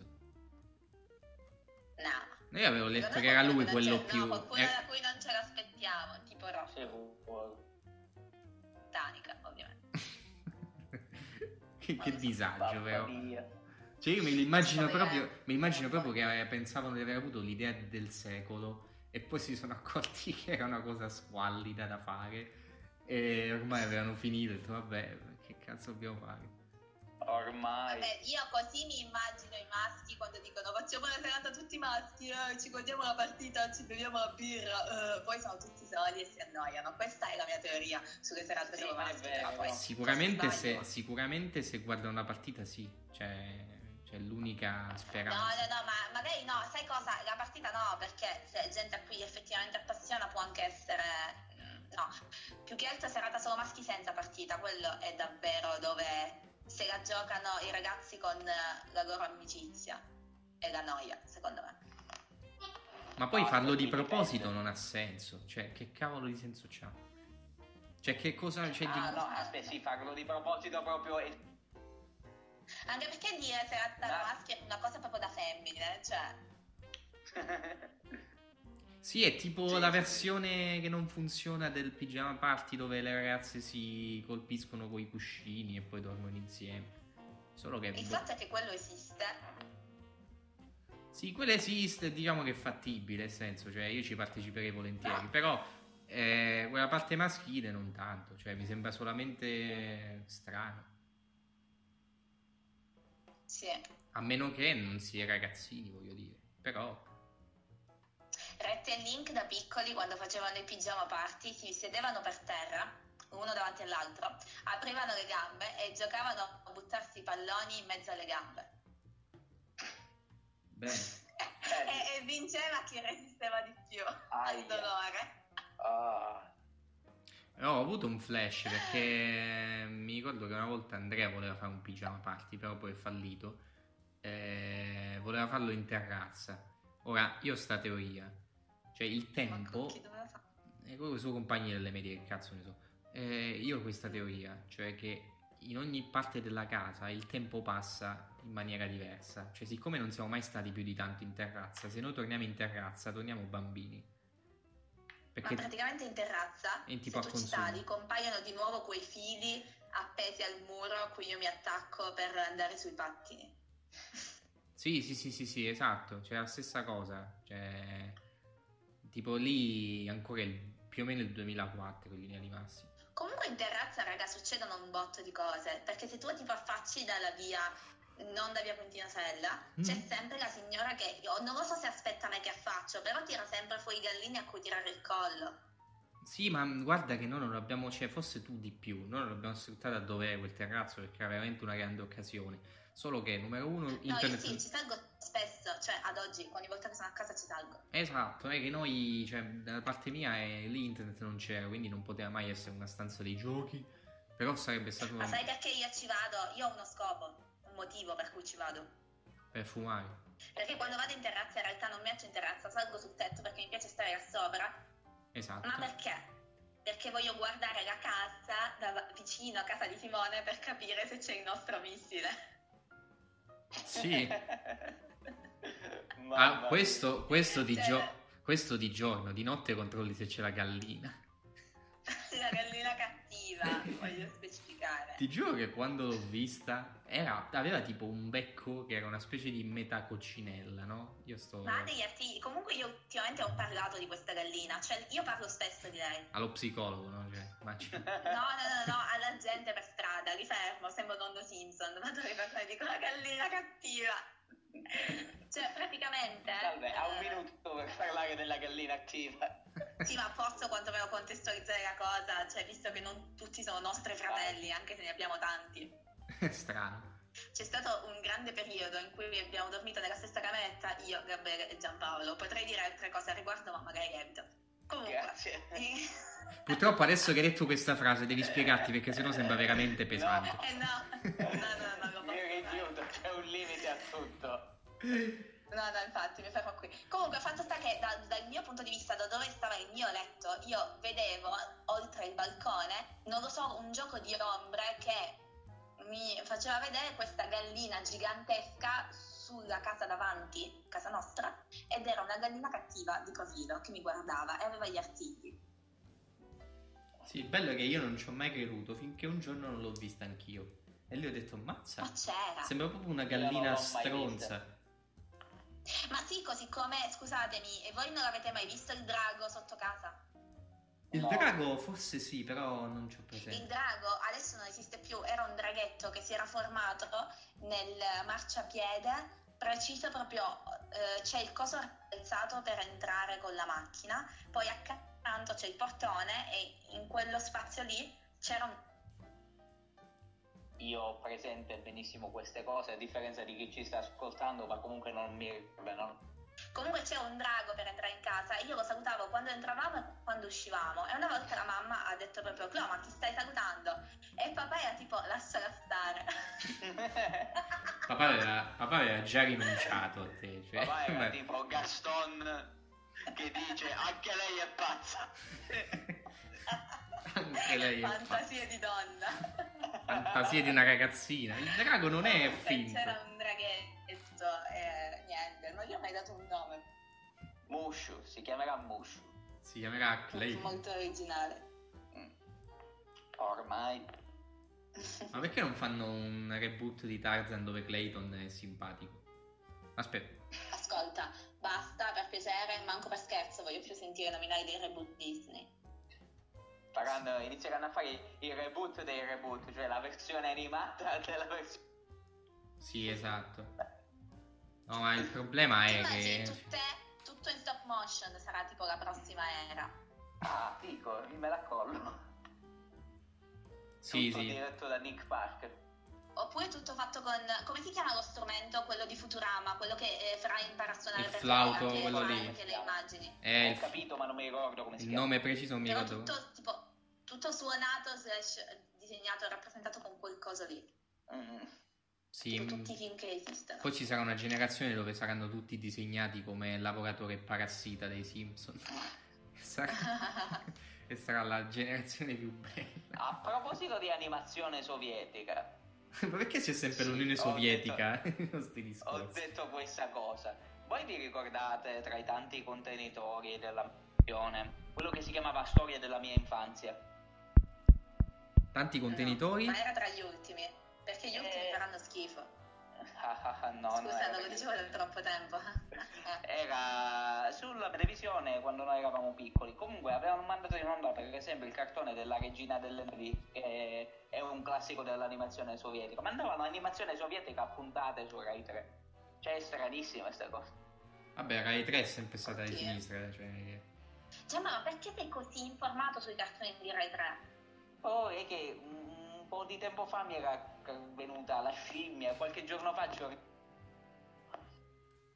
Speaker 3: No.
Speaker 2: Noi avevo letto
Speaker 3: Secondo
Speaker 2: che
Speaker 3: me
Speaker 2: era lui
Speaker 3: qualcuno
Speaker 2: quello
Speaker 3: non ce-
Speaker 2: più...
Speaker 3: No, qualcuno
Speaker 2: eh,
Speaker 3: da cui non ce l'aspettiamo, tipo Rocco,
Speaker 4: Sì, buono.
Speaker 3: Danica, ovviamente.
Speaker 2: che, che disagio,
Speaker 4: Mamma
Speaker 2: vero?
Speaker 4: mia.
Speaker 2: Cioè io me li immagino
Speaker 3: Come
Speaker 2: proprio,
Speaker 3: era?
Speaker 2: mi immagino proprio che eh, pensavano di aver avuto l'idea del secolo e poi si sono accorti che era una cosa squallida da fare e ormai avevano finito e detto vabbè che cazzo dobbiamo fare?
Speaker 4: Ormai.
Speaker 3: Vabbè, io così mi immagino i maschi quando dicono facciamo una serata tutti maschi, eh, ci godiamo la partita, ci beviamo la birra, eh, poi sono tutti soli e si annoiano. Questa è la mia teoria sulle serate
Speaker 4: Sì,
Speaker 3: dei
Speaker 4: ma è
Speaker 3: maschi.
Speaker 4: vero.
Speaker 3: però poi-
Speaker 2: Sicuramente
Speaker 3: forse
Speaker 2: se,
Speaker 3: sbaglio.
Speaker 2: sicuramente se guardano la partita sì, cioè, c'è l'unica
Speaker 3: No, no,
Speaker 2: speranza.
Speaker 3: no, ma magari no, sai cosa? La partita no, perché se gente a cui effettivamente appassiona può anche essere. mm, No, più che altro serata solo maschi senza partita, quello è davvero dove se la giocano i ragazzi con eh, la loro amicizia e la noia, secondo me.
Speaker 2: Ma poi
Speaker 4: No,
Speaker 2: farlo di
Speaker 4: dipende.
Speaker 2: proposito non ha senso, cioè che cavolo di senso c'ha? Cioè che cosa c'è di...
Speaker 3: Ah,
Speaker 4: No, aspetta, sì, farlo di proposito proprio e
Speaker 3: Anche perché dire serata da
Speaker 4: Ma-
Speaker 3: maschi è una cosa proprio da femmine, cioè.
Speaker 2: Sì, è tipo
Speaker 4: Sì,
Speaker 2: la
Speaker 4: sì.
Speaker 2: versione che non funziona del pigiama party dove le ragazze si colpiscono con i cuscini e poi dormono insieme. Solo che...
Speaker 3: Il fatto è che quello esiste.
Speaker 2: Sì, quello esiste, diciamo che è fattibile, nel senso, cioè io ci parteciperei volentieri, però eh, quella parte maschile non tanto, cioè mi sembra solamente strano.
Speaker 3: Sì.
Speaker 2: A meno che non si è ragazzini, voglio dire. Però...
Speaker 3: Rette e Link da piccoli, quando facevano i pigiama party, si sedevano per terra, uno davanti all'altro, aprivano le gambe e giocavano a buttarsi i palloni in mezzo alle gambe.
Speaker 2: Bene.
Speaker 3: e, e vinceva chi resisteva di più al
Speaker 4: Aia.
Speaker 3: dolore.
Speaker 4: Ah,
Speaker 2: No, ho avuto un flash perché mi ricordo che una volta Andrea voleva fare un pigiama party, però poi è fallito. Eh, voleva farlo in terrazza. Ora, io ho sta teoria. Cioè, il
Speaker 3: Ma
Speaker 2: tempo...
Speaker 3: chi doveva fare?
Speaker 2: E con i suoi compagni delle medie, che cazzo ne so. Eh, io ho questa teoria, cioè che in ogni parte della casa il tempo passa in maniera diversa. Cioè, siccome non siamo mai stati più di tanto in terrazza, se noi torniamo in terrazza, torniamo bambini.
Speaker 3: Ma
Speaker 2: Perché
Speaker 3: praticamente in terrazza,
Speaker 2: E
Speaker 3: se
Speaker 2: tipo a
Speaker 3: tu ci
Speaker 2: consumo.
Speaker 3: sali, compaiono di nuovo quei fili appesi al muro a cui io mi attacco per andare sui pattini.
Speaker 2: Sì, sì, sì, sì, sì, esatto, cioè la stessa cosa, cioè tipo lì ancora il- più o meno il 2004 in linea di massima.
Speaker 3: Comunque in terrazza, raga, succedono un botto di cose, perché se tu tipo affacci dalla via, non da via Quintina Sella,
Speaker 2: Mm.
Speaker 3: c'è sempre la signora che, io non lo so se aspetta me che affaccio, però tira sempre fuori i gallini a cui tirare il collo.
Speaker 2: Sì, ma mh, guarda che noi non abbiamo, cioè forse tu di più, noi non l'abbiamo sfruttata a dovere quel terrazzo perché era veramente una grande occasione. Solo che, numero uno,
Speaker 3: No, io
Speaker 2: internet...
Speaker 3: sì, ci salgo spesso, cioè ad oggi, ogni volta che sono a casa ci salgo.
Speaker 2: Esatto, è che noi, cioè, da parte mia eh, lì internet non c'era, quindi non poteva mai essere una stanza dei giochi, però sarebbe stato
Speaker 3: Ma sai perché io ci vado? Io ho uno scopo, un motivo per cui ci vado.
Speaker 2: per fumare.
Speaker 3: Perché quando vado in terrazza in realtà non mi piace in terrazza, salgo sul tetto perché mi piace stare là sopra.
Speaker 2: Esatto.
Speaker 3: Ma perché? Perché voglio guardare la casa da vicino a casa di Simone per capire se c'è il nostro missile.
Speaker 2: Sì. Ah,
Speaker 4: Mamma
Speaker 2: questo, questo di
Speaker 3: Cioè-
Speaker 2: gio- questo di giorno, di notte controlli se c'è la gallina.
Speaker 3: La gallina cattiva, voglio specificare.
Speaker 2: Ti giuro che quando l'ho vista era- aveva tipo un becco che era una specie di metà coccinella, no? Io sto
Speaker 3: Ma ha degli artigli. Comunque io ultimamente ho parlato di questa gallina, cioè io parlo spesso di lei.
Speaker 2: allo psicologo, no? Cioè, ma c-
Speaker 3: No, eh, no, no, no, alla gente per strada, li fermo, sembro nonno Simpson, vado alle persone e dico la gallina cattiva. Cioè, praticamente...
Speaker 4: Salve, ha un
Speaker 3: eh,
Speaker 4: minuto per parlare della gallina attiva.
Speaker 3: Sì, ma posso quanto meno contestualizzare la cosa, cioè, visto che non tutti sono nostri fratelli, anche se ne abbiamo tanti.
Speaker 2: è strano.
Speaker 3: C'è stato un grande periodo in cui abbiamo dormito nella stessa cameretta, io, Gabriele e Giampaolo. Potrei dire altre cose al riguardo, ma magari evito. Comunque...
Speaker 4: Grazie.
Speaker 2: Purtroppo adesso che hai detto questa frase devi spiegarti perché sennò sembra veramente pesante.
Speaker 3: Eh no, no, no, no, non lo posso
Speaker 4: Mi
Speaker 3: fare.
Speaker 4: rifiuto, c'è un limite a tutto.
Speaker 3: No, no, infatti, mi fermo qui. Comunque, fatto sta che da- dal mio punto di vista, da dove stava il mio letto, io vedevo oltre il balcone, non lo so, un gioco di ombre che mi faceva vedere questa gallina gigantesca sulla casa davanti, casa nostra, ed era una gallina cattiva di profilo che mi guardava e aveva gli artigli.
Speaker 2: Sì, il bello è che io non ci ho mai creduto finché un giorno non l'ho vista anch'io. E lì ho detto, mazza,
Speaker 3: Ma c'era!
Speaker 2: sembra proprio una
Speaker 4: Io non l'ho
Speaker 2: gallina
Speaker 4: mai
Speaker 2: stronza.
Speaker 3: Ma sì, così come, scusatemi, e voi non avete mai visto il drago sotto casa?
Speaker 2: Il
Speaker 4: No.
Speaker 2: drago forse sì, però non ci ho
Speaker 3: Il
Speaker 2: presente.
Speaker 3: drago adesso non esiste più, era un draghetto che si era formato nel marciapiede, preciso proprio, eh, c'è il coso alzato per entrare con la macchina, poi accanto c'è il portone e in quello spazio lì c'era un...
Speaker 4: Io ho presente benissimo queste cose, a differenza di chi ci sta ascoltando, ma comunque non mi ricordano.
Speaker 3: Comunque c'era un drago per entrare in casa e io lo salutavo quando entravamo e quando uscivamo e una volta la mamma ha detto proprio Clo ma chi stai salutando? E papà era tipo lasciala stare.
Speaker 2: Papà aveva, papà aveva già rinunciato a te. Cioè,
Speaker 4: Papà era
Speaker 2: ma-
Speaker 4: tipo Gaston che dice anche lei è pazza.
Speaker 2: Anche lei è
Speaker 3: Fantasie di donna.
Speaker 2: fantasia di una ragazzina. Il drago non è
Speaker 3: Comunque
Speaker 2: finto.
Speaker 3: C'era un draghetto e niente, non gli ho mai dato un nome
Speaker 4: Mushu, si chiamerà Mushu.
Speaker 2: Si chiamerà Clay.
Speaker 3: molto originale.
Speaker 4: Mm. Ormai.
Speaker 2: Ma perché non fanno un reboot di Tarzan dove Clayton è simpatico? Aspetta,
Speaker 3: Ascolta, basta per piacere, manco per scherzo, voglio più sentire nominare dei reboot Disney.
Speaker 4: faranno- inizieranno a fare il reboot dei reboot, cioè la versione animata della versione.
Speaker 2: sì, esatto. No, ma il problema è
Speaker 3: Immagini
Speaker 2: che.
Speaker 3: tutte- tutto in stop motion sarà tipo la prossima era.
Speaker 4: Ah, figo, me la collo.
Speaker 2: Sì,
Speaker 4: Tutto
Speaker 2: sì.
Speaker 4: diretto da Nick Park.
Speaker 3: Oppure tutto fatto con, come si chiama lo strumento, quello di Futurama, quello che eh, farà imparare a suonare
Speaker 2: Il
Speaker 3: per
Speaker 2: flauto,
Speaker 3: anche,
Speaker 2: quello lì.
Speaker 3: anche le immagini.
Speaker 2: È
Speaker 4: Ho
Speaker 2: il,
Speaker 4: capito, ma non mi ricordo come si
Speaker 2: il
Speaker 4: chiama.
Speaker 2: nome preciso non mi
Speaker 3: Però
Speaker 2: ricordo.
Speaker 3: tutto, tipo, tutto suonato, slash, disegnato, rappresentato con quel coso lì.
Speaker 4: Mm.
Speaker 2: Sì.
Speaker 3: Tipo
Speaker 2: mm.
Speaker 3: tutti i film che esistono.
Speaker 2: Poi ci sarà una generazione dove saranno tutti disegnati come lavoratore parassita dei Simpson. E sarà, e sarà la generazione più bella.
Speaker 4: A proposito di animazione sovietica,
Speaker 2: Ma perché c'è sempre
Speaker 4: Sì,
Speaker 2: l'Unione
Speaker 4: ho
Speaker 2: Sovietica in questi
Speaker 4: ho
Speaker 2: discorsi?
Speaker 4: detto questa cosa. Voi vi ricordate tra i tanti contenitori della missione quello che si chiamava Storia della mia infanzia?
Speaker 2: Tanti contenitori?
Speaker 3: No, ma era tra gli ultimi, perché gli
Speaker 4: Eh.
Speaker 3: ultimi faranno schifo.
Speaker 4: Ah, ah, ah, no, no,
Speaker 3: Scusa,
Speaker 4: era Eh.
Speaker 3: non lo
Speaker 4: per-
Speaker 3: dicevo da troppo tempo.
Speaker 4: Era sulla televisione quando noi eravamo piccoli. Comunque avevano mandato in onda per esempio il cartone della regina delle nevi, che è un classico dell'animazione sovietica. Mandavano animazione sovietica a puntate su Rai 3. Cioè è stranissima questa cosa.
Speaker 2: Vabbè, Rai 3 è sempre stata di
Speaker 3: Sì.
Speaker 2: sinistra. Cioè...
Speaker 3: Cioè, ma perché sei così informato sui cartoni di Rai 3?
Speaker 4: Poi è che mm, po' di tempo fa mi era venuta la scimmia, qualche giorno fa ci ho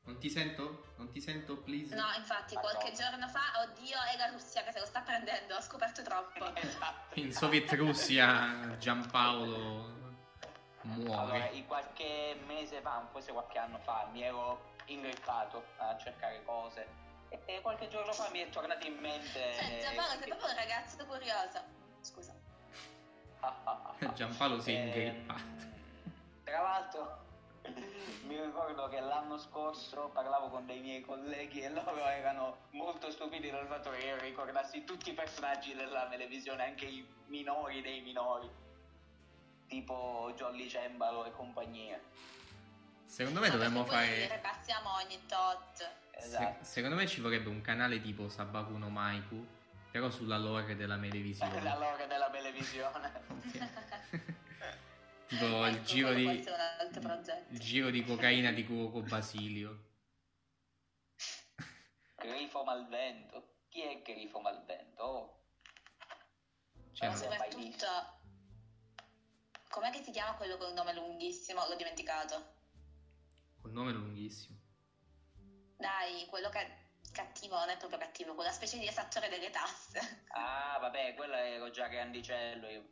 Speaker 2: Non ti sento? Non ti sento, please?
Speaker 3: No, infatti,
Speaker 4: Ah,
Speaker 3: qualche
Speaker 4: no.
Speaker 3: giorno fa, oddio, è la Russia che se lo sta prendendo, ho scoperto troppo.
Speaker 4: Esatto.
Speaker 2: In Soviet Russia Giampaolo
Speaker 4: Allora,
Speaker 2: muore.
Speaker 4: i- qualche mese fa, forse qualche anno fa, mi ero ingrippato a cercare cose e, e qualche giorno fa mi è tornato in mente...
Speaker 3: Cioè, Giampaolo, sei proprio un ragazzo curioso. Scusa.
Speaker 2: Giampaolo si è
Speaker 4: Ehm,
Speaker 2: ingrippato.
Speaker 4: Tra l'altro, mi ricordo che l'anno scorso parlavo con dei miei colleghi e loro erano molto stupidi dal fatto che io ricordassi tutti i personaggi della televisione, anche i minori dei minori, tipo Jolly Cembalo e compagnia.
Speaker 2: Secondo me
Speaker 3: Vabbè,
Speaker 2: dovremmo
Speaker 3: poi li
Speaker 2: fare...
Speaker 3: Repassiamo ogni tot.
Speaker 2: se-
Speaker 4: Esatto.
Speaker 2: secondo me ci vorrebbe un canale tipo Sabakuno Maiku, però sulla lore della
Speaker 4: La
Speaker 2: Melevisione.
Speaker 4: lore della televisione.
Speaker 2: Ok. tipo il
Speaker 3: Ecco,
Speaker 2: giro
Speaker 3: quello
Speaker 2: di... Mm.
Speaker 3: può essere un altro progetto.
Speaker 2: Il giro di cocaina di Cuoco Basilio.
Speaker 4: Grifo Malvento. Chi è Grifo Malvento? Oh,
Speaker 2: Cioè,
Speaker 3: Ma
Speaker 4: non-
Speaker 3: soprattutto, com'è che si chiama quello con il nome lunghissimo? L'ho dimenticato.
Speaker 2: col nome lunghissimo.
Speaker 3: Dai, quello che cattivo non è proprio cattivo, quella specie di esattore delle tasse.
Speaker 4: Ah, vabbè, quello ero già grandicello io.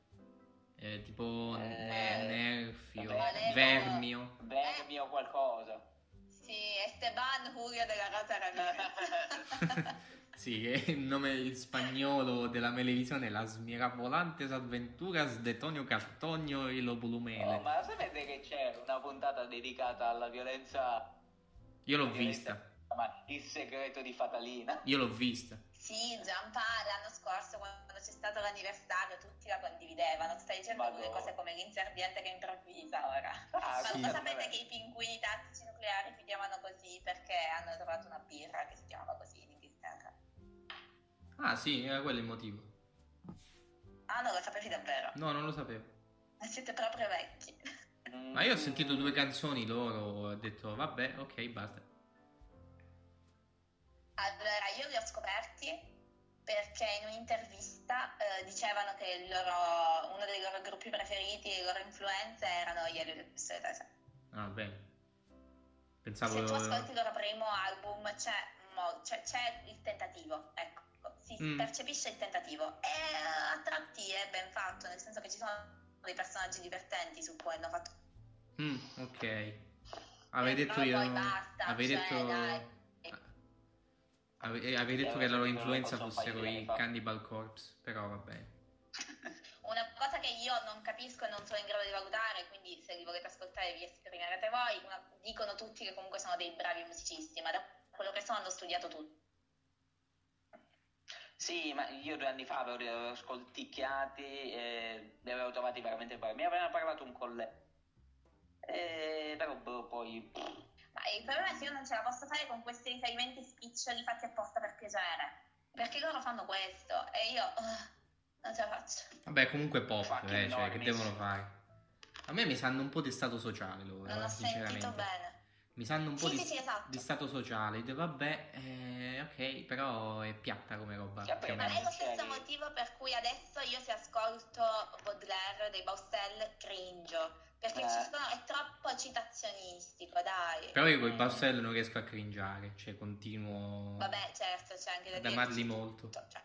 Speaker 2: Eh, tipo
Speaker 4: Eh,
Speaker 2: ne- Nerfio,
Speaker 3: vabbè.
Speaker 2: Vermio.
Speaker 4: Vermio qualcosa.
Speaker 3: Sì, Esteban Julio della Rosa Ramirez.
Speaker 2: Sì, che il nome in spagnolo della Melevisione è la smirabolantes avventuras de Tonio Cartogno e Lobulumele.
Speaker 4: Oh, ma sapete che c'è una puntata dedicata alla violenza?
Speaker 2: Io l'ho
Speaker 4: alla violenza-
Speaker 2: vista,
Speaker 4: Ma il segreto di Fatalina.
Speaker 2: io l'ho vista.
Speaker 3: sì, Giampaolo l'anno scorso quando c'è stato l'anniversario tutti la condividevano, stai dicendo
Speaker 4: Madonna.
Speaker 3: quelle cose come l'inserviente che improvvisa ora.
Speaker 4: Ah,
Speaker 3: Ma
Speaker 2: sì.
Speaker 3: lo
Speaker 4: vabbè.
Speaker 3: sapete che i pinguini tattici nucleari si chiamano così perché hanno trovato una birra che si chiamava così in Inghilterra?
Speaker 2: Ah, sì, era quello il motivo.
Speaker 3: Ah, non lo sapevi davvero?
Speaker 2: No, non lo sapevo.
Speaker 3: Ma siete proprio vecchi.
Speaker 4: Mm.
Speaker 2: Ma io ho sentito due canzoni loro, ho detto vabbè, ok, basta.
Speaker 3: Allora, io li ho scoperti perché in un'intervista eh, dicevano che il loro- uno dei loro gruppi preferiti, le loro influenze erano gli Elio del
Speaker 2: Ah, bene.
Speaker 3: Se
Speaker 2: Pensavo...
Speaker 3: cioè, tu ascolti il loro primo album c'è, mo- c'è- c'è il tentativo, ecco, si
Speaker 2: Mm.
Speaker 3: percepisce il tentativo. E eh, a tratti è ben fatto, nel senso che ci sono dei personaggi divertenti su cui hanno fatto...
Speaker 2: Mm, ok. Avevi
Speaker 3: Eh,
Speaker 2: detto
Speaker 3: però
Speaker 2: io...
Speaker 3: poi basta,
Speaker 2: avevi
Speaker 3: cioè,
Speaker 2: detto... Ah,
Speaker 3: dai.
Speaker 2: Ave- eh, avevi detto
Speaker 4: Eh,
Speaker 2: che la loro
Speaker 4: non lo
Speaker 2: influenza
Speaker 4: posso
Speaker 2: fossero
Speaker 4: fare,
Speaker 2: i
Speaker 4: fa-
Speaker 2: Cannibal Corpse, però vabbè.
Speaker 3: Una cosa che io non capisco e non sono in grado di valutare, quindi se li volete ascoltare vi esprimerete voi, una- dicono tutti che comunque sono dei bravi musicisti, ma da quello che so hanno studiato tutti.
Speaker 4: Sì, ma io due anni fa li avevo scolticchiati e li avevo trovati veramente bravi. Mi aveva parlato un collega. E però boh, poi...
Speaker 3: Ma il problema è che io non ce la posso fare con questi riferimenti spiccioli fatti apposta per piacere, perché loro fanno questo e io ah, non ce la faccio.
Speaker 2: Vabbè, comunque pop,
Speaker 4: Fucking
Speaker 2: eh, cioè, che
Speaker 4: normies.
Speaker 2: devono fare? A me mi sanno un po' di stato sociale loro,
Speaker 3: Non
Speaker 2: eh,
Speaker 3: ho sentito
Speaker 2: sinceramente.
Speaker 3: bene.
Speaker 2: Mi sanno un po'
Speaker 3: Sì,
Speaker 2: di,
Speaker 3: sì, sì, esatto.
Speaker 2: di stato sociale. Dico, vabbè, eh, ok, però è piatta come roba.
Speaker 4: Sì, vabbè,
Speaker 2: più o
Speaker 3: Ma
Speaker 2: meno.
Speaker 3: è lo
Speaker 4: Ok.
Speaker 3: stesso motivo per cui adesso io se ascolto Baudelaire dei Baustelle cringio. Perché
Speaker 4: Eh.
Speaker 3: ci sono, è troppo citazionistico, dai.
Speaker 2: Però io
Speaker 4: Mm.
Speaker 2: col Barcello non riesco a cringiare, cioè continuo
Speaker 3: Vabbè, certo, c'è anche da
Speaker 2: ad
Speaker 3: dire.
Speaker 2: amarli
Speaker 3: c'è
Speaker 2: molto.
Speaker 3: tutto, cioè.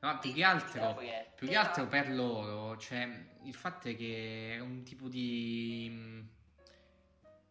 Speaker 2: No, più
Speaker 3: Sì,
Speaker 2: che
Speaker 3: sì,
Speaker 2: altro,
Speaker 4: Dopo che-
Speaker 2: più che
Speaker 3: Esatto.
Speaker 2: altro per loro, cioè, il fatto è che è un tipo di, mh,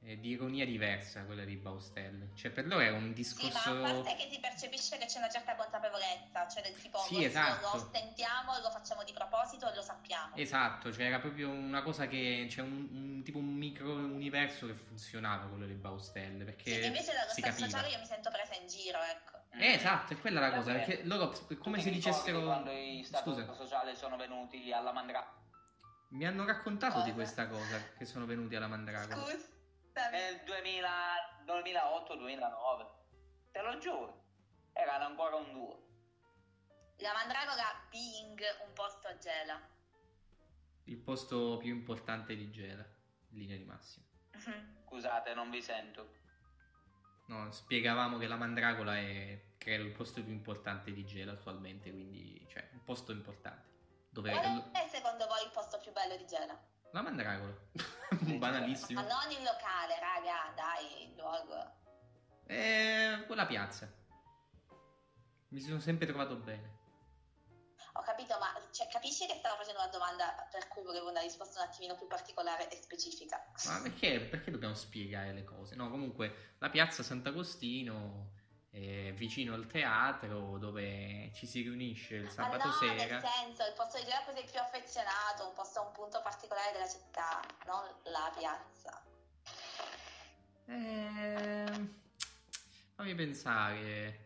Speaker 2: eh, di ironia diversa quella di Baustelle. Cioè, per loro è un
Speaker 3: Sì, ma a
Speaker 2: discorso...
Speaker 3: parte che si percepisce che c'è una certa consapevolezza, cioè del tipo
Speaker 2: Sì,
Speaker 3: lo-
Speaker 2: esatto.
Speaker 3: lo ostentiamo, lo facciamo di proposito e lo sappiamo.
Speaker 2: Esatto, cioè era proprio una cosa che... C'è un, un tipo un micro universo che funzionava quello di Baustelle,
Speaker 3: Sì, che
Speaker 2: perché
Speaker 3: invece dallo
Speaker 2: si
Speaker 3: stato
Speaker 2: capiva.
Speaker 3: sociale io mi sento presa in giro, ecco.
Speaker 2: Eh, esatto, è quella la cosa,
Speaker 4: Vabbè.
Speaker 2: perché loro è
Speaker 4: Tu
Speaker 2: come
Speaker 4: ti
Speaker 2: se
Speaker 4: ricordi
Speaker 2: dicessero...
Speaker 4: quando i stato
Speaker 2: Scusa.
Speaker 4: sociale sono venuti alla Mandragola?
Speaker 2: Mi hanno raccontato di
Speaker 3: Cosa?
Speaker 2: questa cosa, che sono venuti alla Mandragola.
Speaker 3: Scusami.
Speaker 4: nel 2008-2009. Te lo giuro. Erano ancora un duo.
Speaker 3: La mandragola Bing un posto a gela.
Speaker 2: Il posto più importante di Gela, in linea di massima.
Speaker 4: Scusate, non vi sento.
Speaker 2: No, spiegavamo che la Mandragola è, credo, il posto più importante di Gela attualmente, quindi, cioè, un posto importante. Dove...
Speaker 3: Qual è secondo voi il posto più bello di Gela?
Speaker 2: La Mandragola. Banalissimo.
Speaker 3: Ma non il locale, raga, dai, il luogo.
Speaker 2: Eh, quella piazza. Mi sono sempre trovato bene.
Speaker 3: Ho capito, ma cioè, capisci che stavo facendo una domanda per cui volevo una risposta un attimino più particolare e specifica.
Speaker 2: Ma perché, perché dobbiamo spiegare le cose? No, comunque la piazza Sant'Agostino è vicino al teatro dove ci si riunisce il
Speaker 3: Ma
Speaker 2: sabato
Speaker 3: no,
Speaker 2: sera.
Speaker 3: nel senso, il posto di Gela così più affezionato, un posto, un punto particolare della città, non la piazza.
Speaker 2: Ehm, fammi pensare.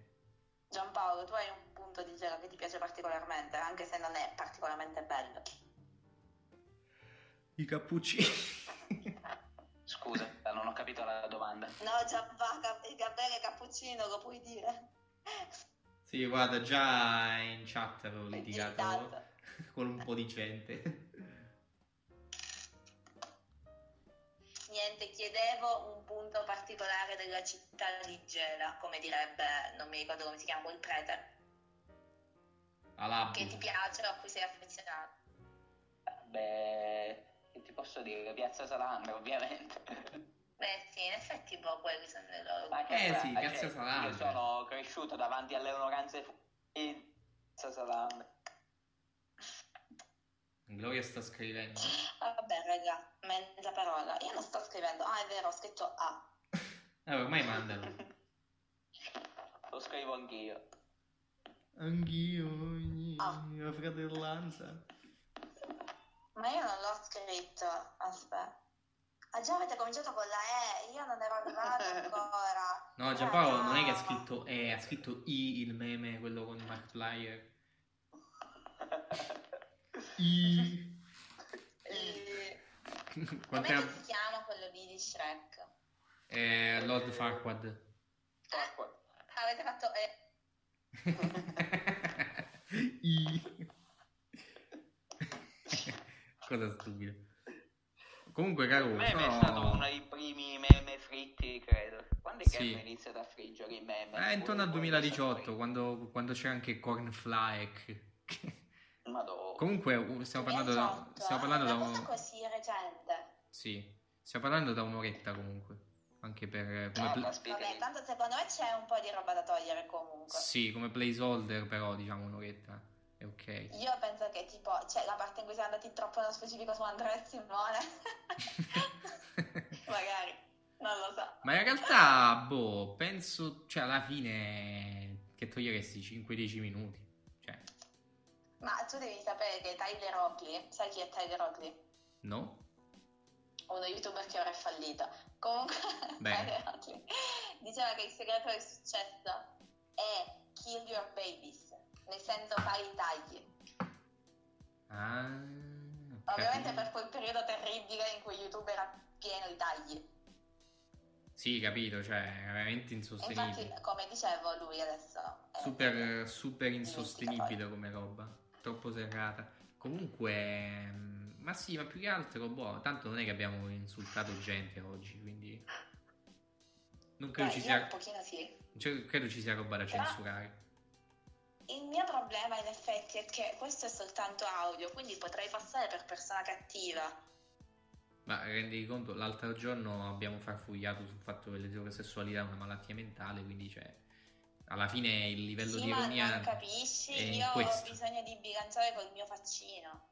Speaker 3: Giampaolo, tu hai un punto di Gela che ti piace particolarmente, anche se non è particolarmente bello.
Speaker 2: I cappuccini.
Speaker 4: Scusa, non ho capito la domanda.
Speaker 3: No, Giampaolo, il Gabriele Cappuccino, lo puoi dire.
Speaker 2: sì, guarda, già in chat avevo litigato
Speaker 3: Esatto.
Speaker 2: con un po' di gente.
Speaker 3: Niente, chiedevo un punto particolare della città di Gela, come direbbe, non mi ricordo come si chiama quel prete,
Speaker 2: Alabbo.
Speaker 3: che ti piace o a cui sei affezionato.
Speaker 4: Beh, che ti posso dire? Piazza Salandra, ovviamente.
Speaker 3: Beh sì, in effetti boh, quelli sono i loro.
Speaker 4: Ma
Speaker 2: Eh
Speaker 4: fra-
Speaker 2: sì,
Speaker 4: cioè,
Speaker 2: Piazza Salandra.
Speaker 4: Io sono cresciuto davanti alle onoranze fu- di Piazza Salandra.
Speaker 2: Gloria sta scrivendo.
Speaker 3: Ah, Vabbè raga, mezza parola. Io non sto scrivendo, ah è vero, ho scritto A.
Speaker 2: Eh, ormai mandalo.
Speaker 4: Lo scrivo anch'io.
Speaker 2: Anch'io,
Speaker 3: Ah.
Speaker 2: la fratellanza.
Speaker 3: Ma io non l'ho scritto, aspetta. Ah già avete cominciato con la E, io non ero arrivata ancora.
Speaker 2: No, Giampaolo non è che ha scritto E, ha scritto I il meme, quello con Markiplier. I.
Speaker 3: Eh, Com'è
Speaker 2: Quant'è?
Speaker 3: che si chiama quello lì di Shrek?
Speaker 2: Eh, Lord Farquaad.
Speaker 4: Porco.
Speaker 3: Ah, Avete fatto E.
Speaker 2: I. Cosa stupido. Comunque, caro,
Speaker 4: Il meme è
Speaker 2: però-
Speaker 4: stato uno dei primi meme fritti, credo. Quando è che
Speaker 2: Sì.
Speaker 4: hanno iniziato a friggere i meme?
Speaker 2: Eh, intorno al
Speaker 4: Poi- poi
Speaker 2: 2018,
Speaker 4: sono
Speaker 2: quando, quando c'era anche Cornflake.
Speaker 4: fritti. Madonna.
Speaker 2: Comunque, uh, stiamo parlando da,
Speaker 3: 2018,
Speaker 2: stiamo
Speaker 3: eh,
Speaker 2: parlando da
Speaker 3: una cosa
Speaker 2: un-
Speaker 3: così recente.
Speaker 2: Sì, stiamo parlando da un'oretta comunque. Anche per eh, come,
Speaker 4: Ah,
Speaker 2: pla-
Speaker 4: caspita.
Speaker 3: Vabbè, tanto secondo me c'è un po' di roba da togliere comunque.
Speaker 2: sì, come placeholder, però diciamo un'oretta è ok.
Speaker 3: Io penso che tipo, c'è la parte in cui siamo andati troppo nello specifico su Andrea e Simone. Magari, non lo so.
Speaker 2: Ma in realtà, boh, penso, cioè alla fine che toglieresti 5-10 minuti. Cioè,
Speaker 3: Ma tu devi sapere che Tyler Oakley, sai chi è Tyler Oakley?
Speaker 2: no?
Speaker 3: uno youtuber che ora è fallito. Comunque,
Speaker 2: Bene.
Speaker 3: Tyler Oakley diceva che il segreto del successo è kill your babies, nel senso fai i tagli.
Speaker 2: Ah, ho
Speaker 3: Ovviamente
Speaker 2: capito.
Speaker 3: per quel periodo terribile in cui YouTube era pieno di tagli.
Speaker 2: Sì, capito, cioè, è veramente
Speaker 3: E infatti,
Speaker 2: insostenibile.
Speaker 3: come dicevo, lui adesso è Eh,
Speaker 2: Super, eh, super insostenibile come roba, troppo serrata. Comunque, mm, ma sì, ma più che altro, boh, tanto non è che abbiamo insultato gente oggi, quindi non credo,
Speaker 3: Beh,
Speaker 2: ci
Speaker 3: io Eh.
Speaker 2: sia,
Speaker 3: un pochino sì.
Speaker 2: cioè, credo ci sia roba da
Speaker 3: Però-
Speaker 2: censurare.
Speaker 3: Il mio problema in effetti è che questo è soltanto audio, quindi potrei passare per persona cattiva.
Speaker 2: Ma rendi conto, l'altro giorno abbiamo farfugliato sul fatto che l'eterosessualità è una malattia mentale, quindi cioè, alla fine il livello
Speaker 3: sì,
Speaker 2: di
Speaker 3: ma
Speaker 2: ironia
Speaker 3: non
Speaker 2: è in
Speaker 3: capisci, io
Speaker 2: questo.
Speaker 3: ho bisogno di bilanciare col mio faccino.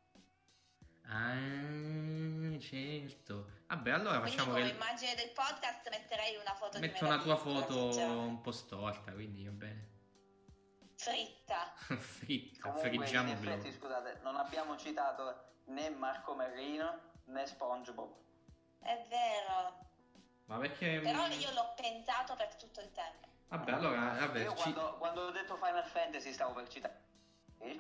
Speaker 2: Ah, certo. Vabbè, allora
Speaker 3: Quindi
Speaker 2: facciamo
Speaker 3: come
Speaker 2: che
Speaker 3: immagine del podcast metterei una foto di
Speaker 2: metto
Speaker 3: me
Speaker 2: una
Speaker 3: da cioè,
Speaker 2: tua
Speaker 3: piccola,
Speaker 2: foto
Speaker 3: sinceramente.
Speaker 2: un po' storta, quindi va bene.
Speaker 3: fritta.
Speaker 2: Fritta,
Speaker 4: Comunque, in
Speaker 2: friggiamo
Speaker 4: effetti,
Speaker 2: blog.
Speaker 4: scusate, non abbiamo citato né Marco Merrino né SpongeBob.
Speaker 3: È vero.
Speaker 2: Ma perché...
Speaker 3: Però io l'ho pensato per tutto il tempo.
Speaker 2: Vabbè, allora, vabbè,
Speaker 4: Io
Speaker 2: ci-
Speaker 4: quando, quando ho detto Final Fantasy stavo per citare. Sì?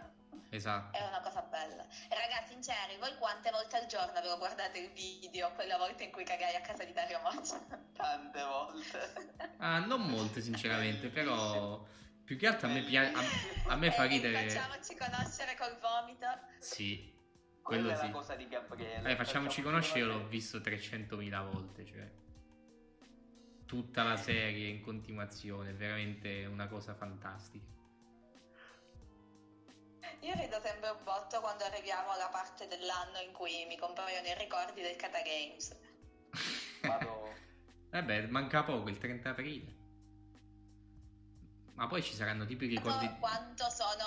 Speaker 2: Esatto.
Speaker 3: È una cosa bella. Ragazzi, sinceri, voi quante volte al giorno avevo guardato il video quella volta in cui cagai a casa di Dario Moccia?
Speaker 4: Tante volte.
Speaker 2: Ah, non molte, sinceramente, però più che altro a me, pia- a- a me fa
Speaker 3: E- e
Speaker 2: ridere...
Speaker 3: Facciamoci conoscere col vomito.
Speaker 2: Sì, quello
Speaker 4: Quella è
Speaker 2: sì.
Speaker 4: la cosa di Gabriele.
Speaker 2: Eh, facciamoci conoscere, io l'ho
Speaker 4: visto.
Speaker 2: visto 300.000 volte, cioè tutta la serie in continuazione, è veramente una cosa fantastica.
Speaker 3: Io rido sempre un botto quando arriviamo alla parte dell'anno in cui mi compaiono i ricordi del Kata Games.
Speaker 4: Vado.
Speaker 2: Vabbè, Eh manca poco, il 30 aprile. Ma poi ci saranno tipo i ricordi
Speaker 3: So quanto sono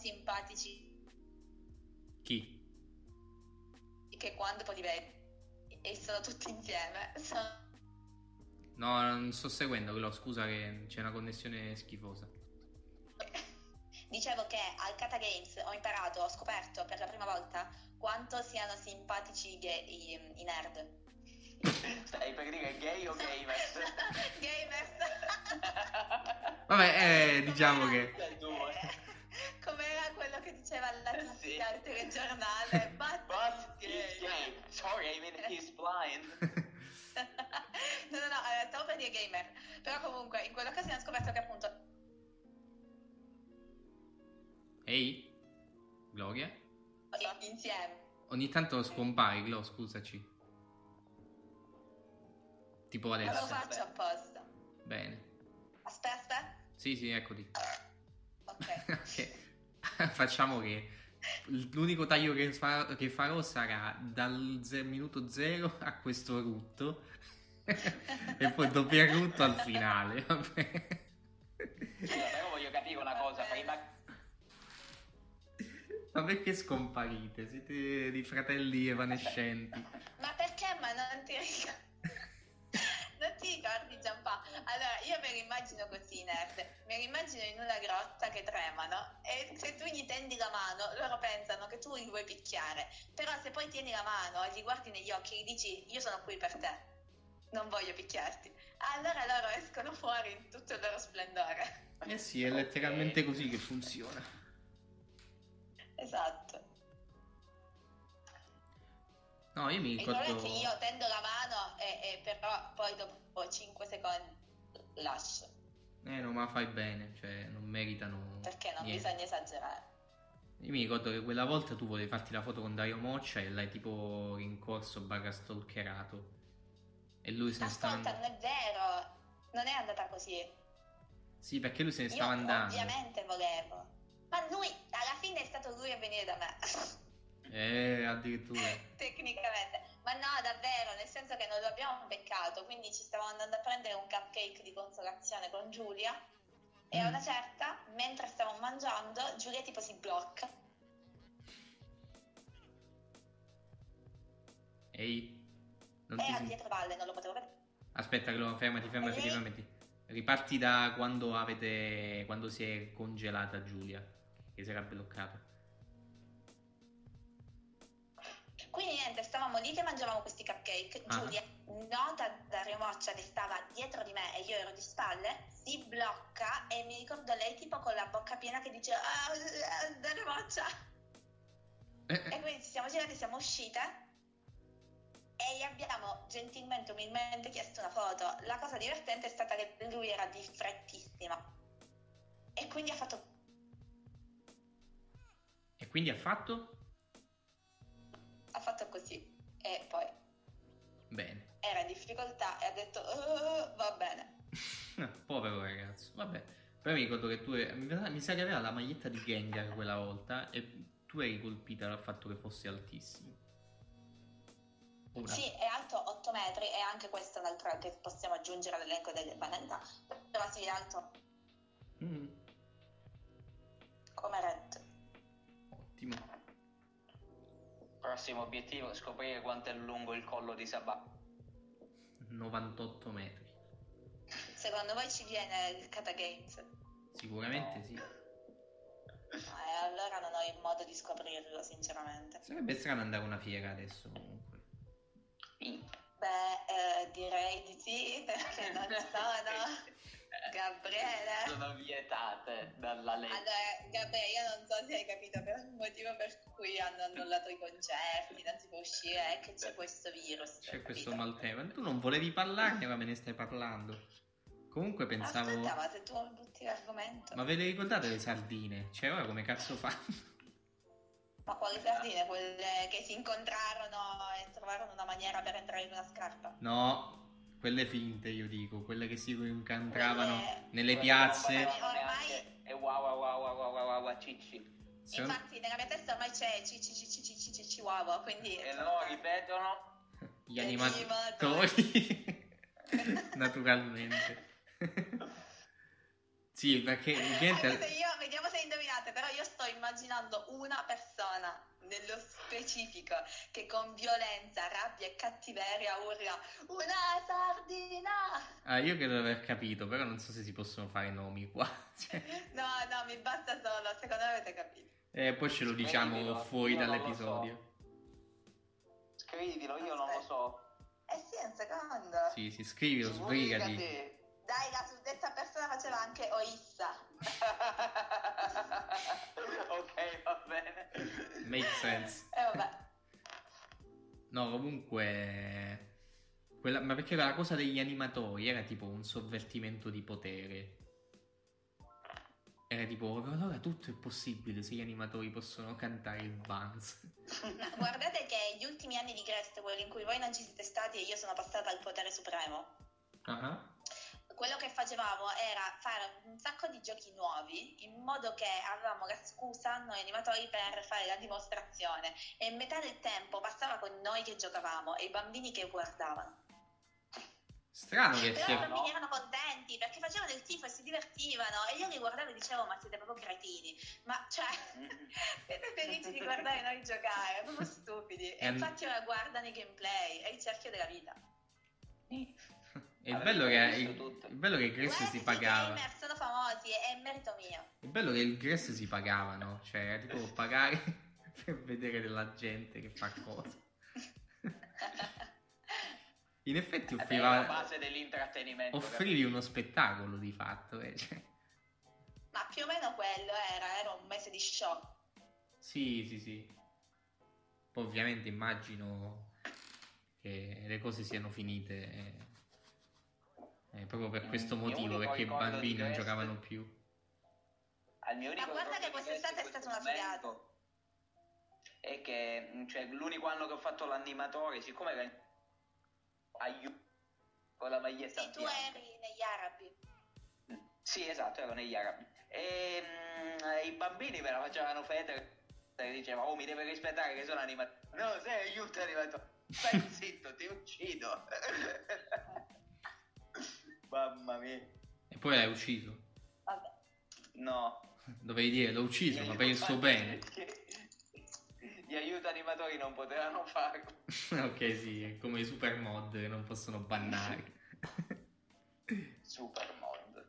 Speaker 3: simpatici
Speaker 2: chi?
Speaker 3: che quando poi li vedi e sono tutti insieme. Sono-
Speaker 2: No, non sto seguendo quello, scusa che c'è una connessione schifosa.
Speaker 3: Dicevo che al Kata Games ho imparato, ho scoperto per la prima volta quanto siano simpatici i, gay- i- i nerd.
Speaker 4: Stai per dire gay o gamers?
Speaker 3: Gamers.
Speaker 2: Vabbè, eh, diciamo
Speaker 3: Com'era-
Speaker 2: che
Speaker 4: che- Due. Eh,
Speaker 3: eh, Com'era quello che diceva la tizia
Speaker 4: Sì.
Speaker 3: al telegiornale? Basta
Speaker 4: But
Speaker 3: gli
Speaker 4: he's
Speaker 3: gay.
Speaker 4: gay. Sorry, I mean he's blind.
Speaker 3: No, no, no, eh, stavo per dire gamer. Però comunque in quell'occasione ho scoperto che appunto...
Speaker 2: Ehi? Gloria?
Speaker 3: Insieme.
Speaker 2: Ogni tanto scompari, Glo, scusaci. Tipo
Speaker 3: Non lo
Speaker 2: adesso.
Speaker 4: Allora,
Speaker 3: faccio apposta.
Speaker 2: Bene.
Speaker 3: Aspetta, aspetta.
Speaker 2: Sì, sì, eccoli.
Speaker 3: Ok.
Speaker 2: Ok. Facciamo che l'unico taglio che, fa- che farò sarà dal ze- minuto zero a questo rutto e poi doppio rutto al finale. Vabbè.
Speaker 4: Scusa, però voglio capire una cosa.
Speaker 3: Vabbè.
Speaker 4: Prima
Speaker 2: Ma perché scomparite? Siete dei fratelli evanescenti.
Speaker 3: Ma perché? Ma non ti ricordi. Non ti ricordi Giampà? Allora, io me li immagino così, i nerd. Me li immagino in una grotta che tremano e se tu gli tendi la mano, loro pensano che tu li vuoi picchiare. Però se poi tieni la mano e li guardi negli occhi e gli dici io sono qui per te, non voglio picchiarti. Allora loro escono fuori in tutto il loro splendore.
Speaker 2: Eh sì, è letteralmente così che funziona.
Speaker 3: Esatto.
Speaker 2: No, io mi
Speaker 3: Il problema è
Speaker 2: ricordo...
Speaker 3: che io tendo la mano e, e però poi dopo 5 secondi lascio.
Speaker 2: Eh, no, ma fai bene, cioè non meritano
Speaker 3: Perché non
Speaker 2: niente.
Speaker 3: bisogna esagerare.
Speaker 2: Io mi ricordo che quella volta tu volevi farti la foto con Dario Moccia e l'hai tipo rincorso barra stalkerato. E lui se ne stava
Speaker 3: Ascolta,
Speaker 2: andando.
Speaker 3: non è vero, non è andata così.
Speaker 2: Sì, perché lui se ne
Speaker 3: Io
Speaker 2: stava andando.
Speaker 3: ovviamente volevo. Ma lui, alla fine è stato lui a venire da me.
Speaker 2: Eh, addirittura.
Speaker 3: Tecnicamente. Ma no, davvero, nel senso che non lo abbiamo beccato, quindi ci stavamo andando a prendere un cupcake di consolazione con Giulia. E a
Speaker 2: Mm.
Speaker 3: una certa, mentre stavamo mangiando, Giulia tipo si blocca.
Speaker 2: Ehi. Non ti
Speaker 3: Era
Speaker 2: sen-
Speaker 3: dietro palle, non lo potevo vedere.
Speaker 2: Aspetta, Gloria, fermati, fermati,
Speaker 3: Ehi.
Speaker 2: fermati. Riparti da quando avete. quando si è congelata Giulia, che si era bloccata.
Speaker 3: Quindi niente, stavamo lì che mangiavamo questi cupcake.
Speaker 2: Ah.
Speaker 3: Giulia nota Dario Moccia che stava dietro di me e io ero di spalle, si blocca e mi ricordo lei tipo con la bocca piena che dice "Ah, eh, Dario Moccia.
Speaker 2: Eh,
Speaker 3: E quindi ci siamo girate, siamo uscite e gli abbiamo gentilmente, umilmente chiesto una foto. La cosa divertente è stata che lui era di frettissima. E quindi ha fatto
Speaker 2: E quindi ha fatto?
Speaker 3: ha fatto così. E poi
Speaker 2: Bene.
Speaker 3: era in difficoltà e ha detto "Oh, va bene.
Speaker 2: Ah, Povero ragazzo, vabbè. Però mi ricordo che tu eri- mi sa- mi sa che aveva la maglietta di Gengar quella volta e tu eri colpita dal fatto che fosse altissimo. Ora,
Speaker 3: Sì, è alto 8 metri e anche questo è un altro che possiamo aggiungere all'elenco delle banalità. Però sì, è alto
Speaker 2: Mm,
Speaker 3: come Red.
Speaker 2: ottimo.
Speaker 4: Prossimo obiettivo, scoprire quanto è lungo il collo di Sabà.
Speaker 2: 98 metri.
Speaker 3: Secondo voi ci viene il Kata Games? No,
Speaker 2: Sicuramente sì.
Speaker 3: e allora non ho il modo di scoprirlo, sinceramente.
Speaker 2: Sarebbe strano andare a una fiera adesso comunque.
Speaker 3: Beh, eh, direi di sì, perché non sono. Gabriele.
Speaker 4: Sono vietate dalla legge.
Speaker 3: Allora, Gabriele, io non so se hai capito, però il motivo per cui hanno annullato i concerti, non si può uscire, è che c'è questo virus.
Speaker 2: C'è questo
Speaker 3: capito?
Speaker 2: maltema. Tu non volevi parlarne, ma me ne stai parlando. Comunque pensavo...
Speaker 3: Ascolta, ma se tu butti l'argomento.
Speaker 2: Ma ve le ricordate le sardine? Cioè ora come cazzo fanno?
Speaker 3: Ma quali sardine? Quelle che si incontrarono e trovarono una maniera per entrare in una scarpa.
Speaker 2: No, quelle finte io dico, quelle che si incantravano
Speaker 3: Quelle-
Speaker 2: nelle
Speaker 4: Quelle
Speaker 2: piazze.
Speaker 4: non parlavano neanche. E wow wow wow wow wow wow wow, cicci.
Speaker 2: Se-
Speaker 3: Infatti nella mia testa ormai c'è ci ci ci ci ci ci ci chihuahua, quindi...
Speaker 4: E loro ripetono.
Speaker 2: Gli animatori. Naturalmente. sì, perché
Speaker 3: Anche se
Speaker 2: gente...
Speaker 3: io, vediamo se indovinate, però io sto immaginando una persona, nello specifico, che con violenza, rabbia e cattiveria urla una sardina!
Speaker 2: Ah, io credo di aver capito, però non so se si possono fare nomi qua. Cioè,
Speaker 3: No, no, mi basta solo, secondo me avete capito.
Speaker 2: eh, poi ce lo diciamo
Speaker 4: Scrivilo,
Speaker 2: fuori
Speaker 4: io non lo
Speaker 2: dall'episodio.
Speaker 4: Scrivilo, io non lo so.
Speaker 3: Eh sì, un secondo.
Speaker 2: Sì, sì, scrivilo, sbrigati.
Speaker 4: Sbrigati.
Speaker 3: Dai, la suddetta persona faceva anche Oissa.
Speaker 4: ok, va bene.
Speaker 2: Make sense.
Speaker 3: E Eh, vabbè.
Speaker 2: No, comunque... quella- Ma perché la cosa degli animatori era tipo un sovvertimento di potere. Era tipo, allora tutto è possibile se gli animatori possono cantare il Vans.
Speaker 3: Ma guardate che gli ultimi anni di Crestwell in cui voi non ci siete stati e io sono passata al potere supremo,
Speaker 2: Ah,
Speaker 3: quello che facevamo era fare un sacco di giochi nuovi in modo che avevamo la scusa noi animatori per fare la dimostrazione e metà del tempo passava con noi che giocavamo e i bambini che guardavano.
Speaker 2: Strano che
Speaker 3: Però
Speaker 4: sì,
Speaker 2: sia...
Speaker 3: i
Speaker 4: no?
Speaker 3: bambini erano contenti perché facevano del tifo e si divertivano e io li guardavo e dicevo ma siete proprio cretini, ma cioè siete felici di guardare noi giocare, proprio stupidi. E
Speaker 2: Ehm.
Speaker 3: infatti ora guardano i gameplay, è il cerchio della vita.
Speaker 2: È bello che,
Speaker 4: Avete visto
Speaker 2: il,
Speaker 4: tutto.
Speaker 2: il bello che il Gress
Speaker 3: Guardate
Speaker 2: si
Speaker 3: che
Speaker 2: pagava.
Speaker 3: I gamer sono famosi, è merito mio.
Speaker 2: È bello che il Gress si pagava, no? Cioè, era tipo pagare per vedere della gente che fa cose. In effetti
Speaker 4: È la
Speaker 2: offriva...
Speaker 4: base dell'intrattenimento.
Speaker 2: Offrivi uno spettacolo di fatto, eh, cioè.
Speaker 3: Ma più o meno quello era, era un mese di show.
Speaker 2: Sì, sì, sì. Poi ovviamente immagino che le cose siano finite eh, eh, proprio per questo
Speaker 4: Mm, io
Speaker 2: motivo,
Speaker 4: unico
Speaker 2: perché i
Speaker 4: ricordo di
Speaker 2: bambini non
Speaker 4: queste-
Speaker 2: giocavano più.
Speaker 4: Al mio unico
Speaker 3: guarda
Speaker 4: ricordo
Speaker 3: che
Speaker 4: di
Speaker 3: quest'estate
Speaker 4: questo
Speaker 3: è stata una
Speaker 4: momento
Speaker 3: figata.
Speaker 4: È che mh, cioè, l'unico anno che ho fatto l'animatore, siccome era in- aiuto con la maglietta
Speaker 3: Sì, tu
Speaker 4: bianca.
Speaker 3: eri negli arabi.
Speaker 4: Sì, esatto, ero negli arabi. E mh, Ehm, i bambini me la facevano federe e diceva oh mi deve rispettare che sono animato no sei aiuto animato stai zitto ti uccido mamma mia
Speaker 2: E poi l'hai ucciso.
Speaker 3: Vabbè.
Speaker 4: no
Speaker 2: Dovevi dire, l'ho ucciso,
Speaker 4: Gli
Speaker 2: ma per il suo bene.
Speaker 4: aiutanti- Gli aiuto animatori non potevano farlo.
Speaker 2: ok, sì, è come i super mod che non possono bannare.
Speaker 4: Super mod.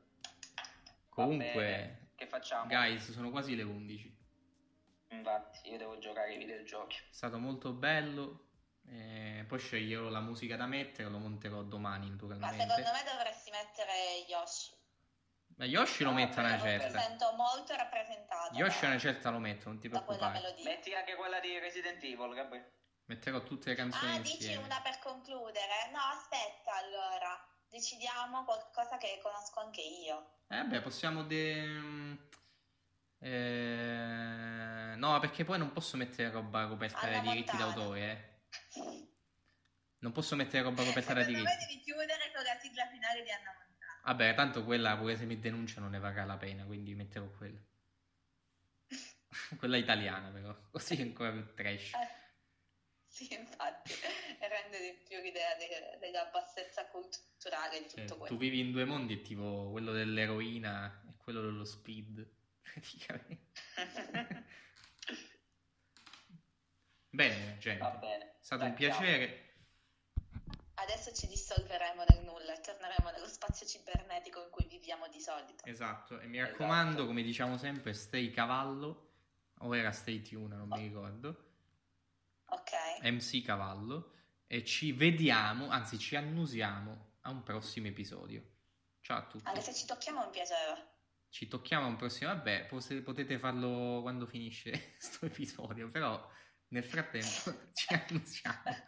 Speaker 2: Comunque,
Speaker 4: Che facciamo?
Speaker 2: guys, sono quasi le 11.
Speaker 4: Infatti, io devo giocare ai videogiochi.
Speaker 2: È stato molto bello. eh, poi sceglierò la musica da mettere, lo monterò domani
Speaker 3: Ma
Speaker 2: naturalmente.
Speaker 3: secondo me dovresti mettere Yoshi.
Speaker 2: Ma Yoshi lo
Speaker 4: No,
Speaker 2: mette una
Speaker 4: però
Speaker 3: Lo
Speaker 2: certa.
Speaker 3: sento molto
Speaker 2: Ah,
Speaker 3: rappresentato.
Speaker 2: certo. Yoshi
Speaker 3: da-
Speaker 2: una certa lo metto, non ti
Speaker 3: da quella
Speaker 2: preoccupare.
Speaker 3: melodia.
Speaker 4: Metti anche quella di Resident Evil, Gabriele.
Speaker 2: Metterò tutte le canzoni
Speaker 3: Ah, dici
Speaker 2: insieme.
Speaker 3: una per concludere? No, aspetta allora. Decidiamo qualcosa che conosco anche io.
Speaker 2: Eh beh, possiamo de... eh, No, perché poi non posso mettere roba coperta
Speaker 3: Alla
Speaker 2: da diritti
Speaker 3: Montana.
Speaker 2: d'autore, eh. Non posso mettere roba coperta da
Speaker 3: Eh, Secondo me
Speaker 2: diritti.
Speaker 3: devi chiudere con la sigla finale di Anna Montana.
Speaker 2: Vabbè, tanto quella pure se mi denunciano ne varrà la pena, quindi metterò quella. Quella italiana però, così è ancora più trash.
Speaker 3: Sì, infatti, rende di più l'idea de- della bassezza culturale di
Speaker 2: Cioè,
Speaker 3: tutto
Speaker 2: tu
Speaker 3: questo.
Speaker 2: vivi in due mondi, è tipo quello dell'eroina e quello dello speed, praticamente. Bene, gente,
Speaker 4: Va bene.
Speaker 2: è stato un
Speaker 4: Dai, ciao.
Speaker 2: piacere.
Speaker 3: Adesso ci dissolveremo nel nulla e torneremo nello spazio cibernetico in cui viviamo di solito.
Speaker 2: Esatto, e mi
Speaker 4: Esatto.
Speaker 2: raccomando, come diciamo sempre, stay cavallo, o era stay tuna, non mi ricordo,
Speaker 3: Ok?
Speaker 2: MC cavallo, e ci vediamo, anzi ci annusiamo a un prossimo episodio. Ciao a tutti.
Speaker 3: Anche se ci tocchiamo mi piaceva.
Speaker 2: Ci tocchiamo a un prossimo. Vabbè, pos- potete farlo quando finisce sto episodio, però nel frattempo ci annunciamo.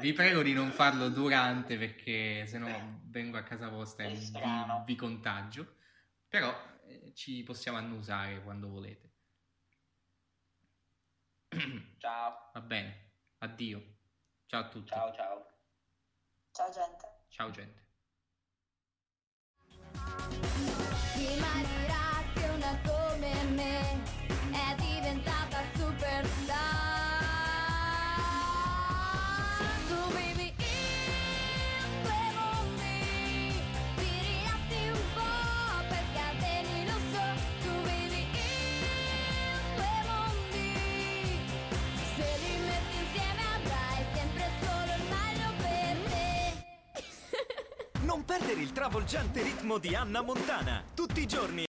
Speaker 2: Vi prego di non farlo durante perché sennò vengo a casa vostra e
Speaker 4: È
Speaker 2: vi,
Speaker 4: strano.
Speaker 2: vi contagio. Però eh, ci possiamo annusare quando volete.
Speaker 4: Ciao,
Speaker 2: Va bene. Addio. Ciao a tutti.
Speaker 4: ciao, ciao.
Speaker 3: Ciao gente.
Speaker 2: Ciao gente.
Speaker 5: 決まりだってようなごめんね è diventata superstar. Tu vivi in due mondi, ti rilassi un po' per scateni lo so. Tu vivi in due mondi, se li metti insieme avrai sempre solo il meglio per te.
Speaker 6: Non perdere il travolgente ritmo di Anna Montana. Tutti i giorni.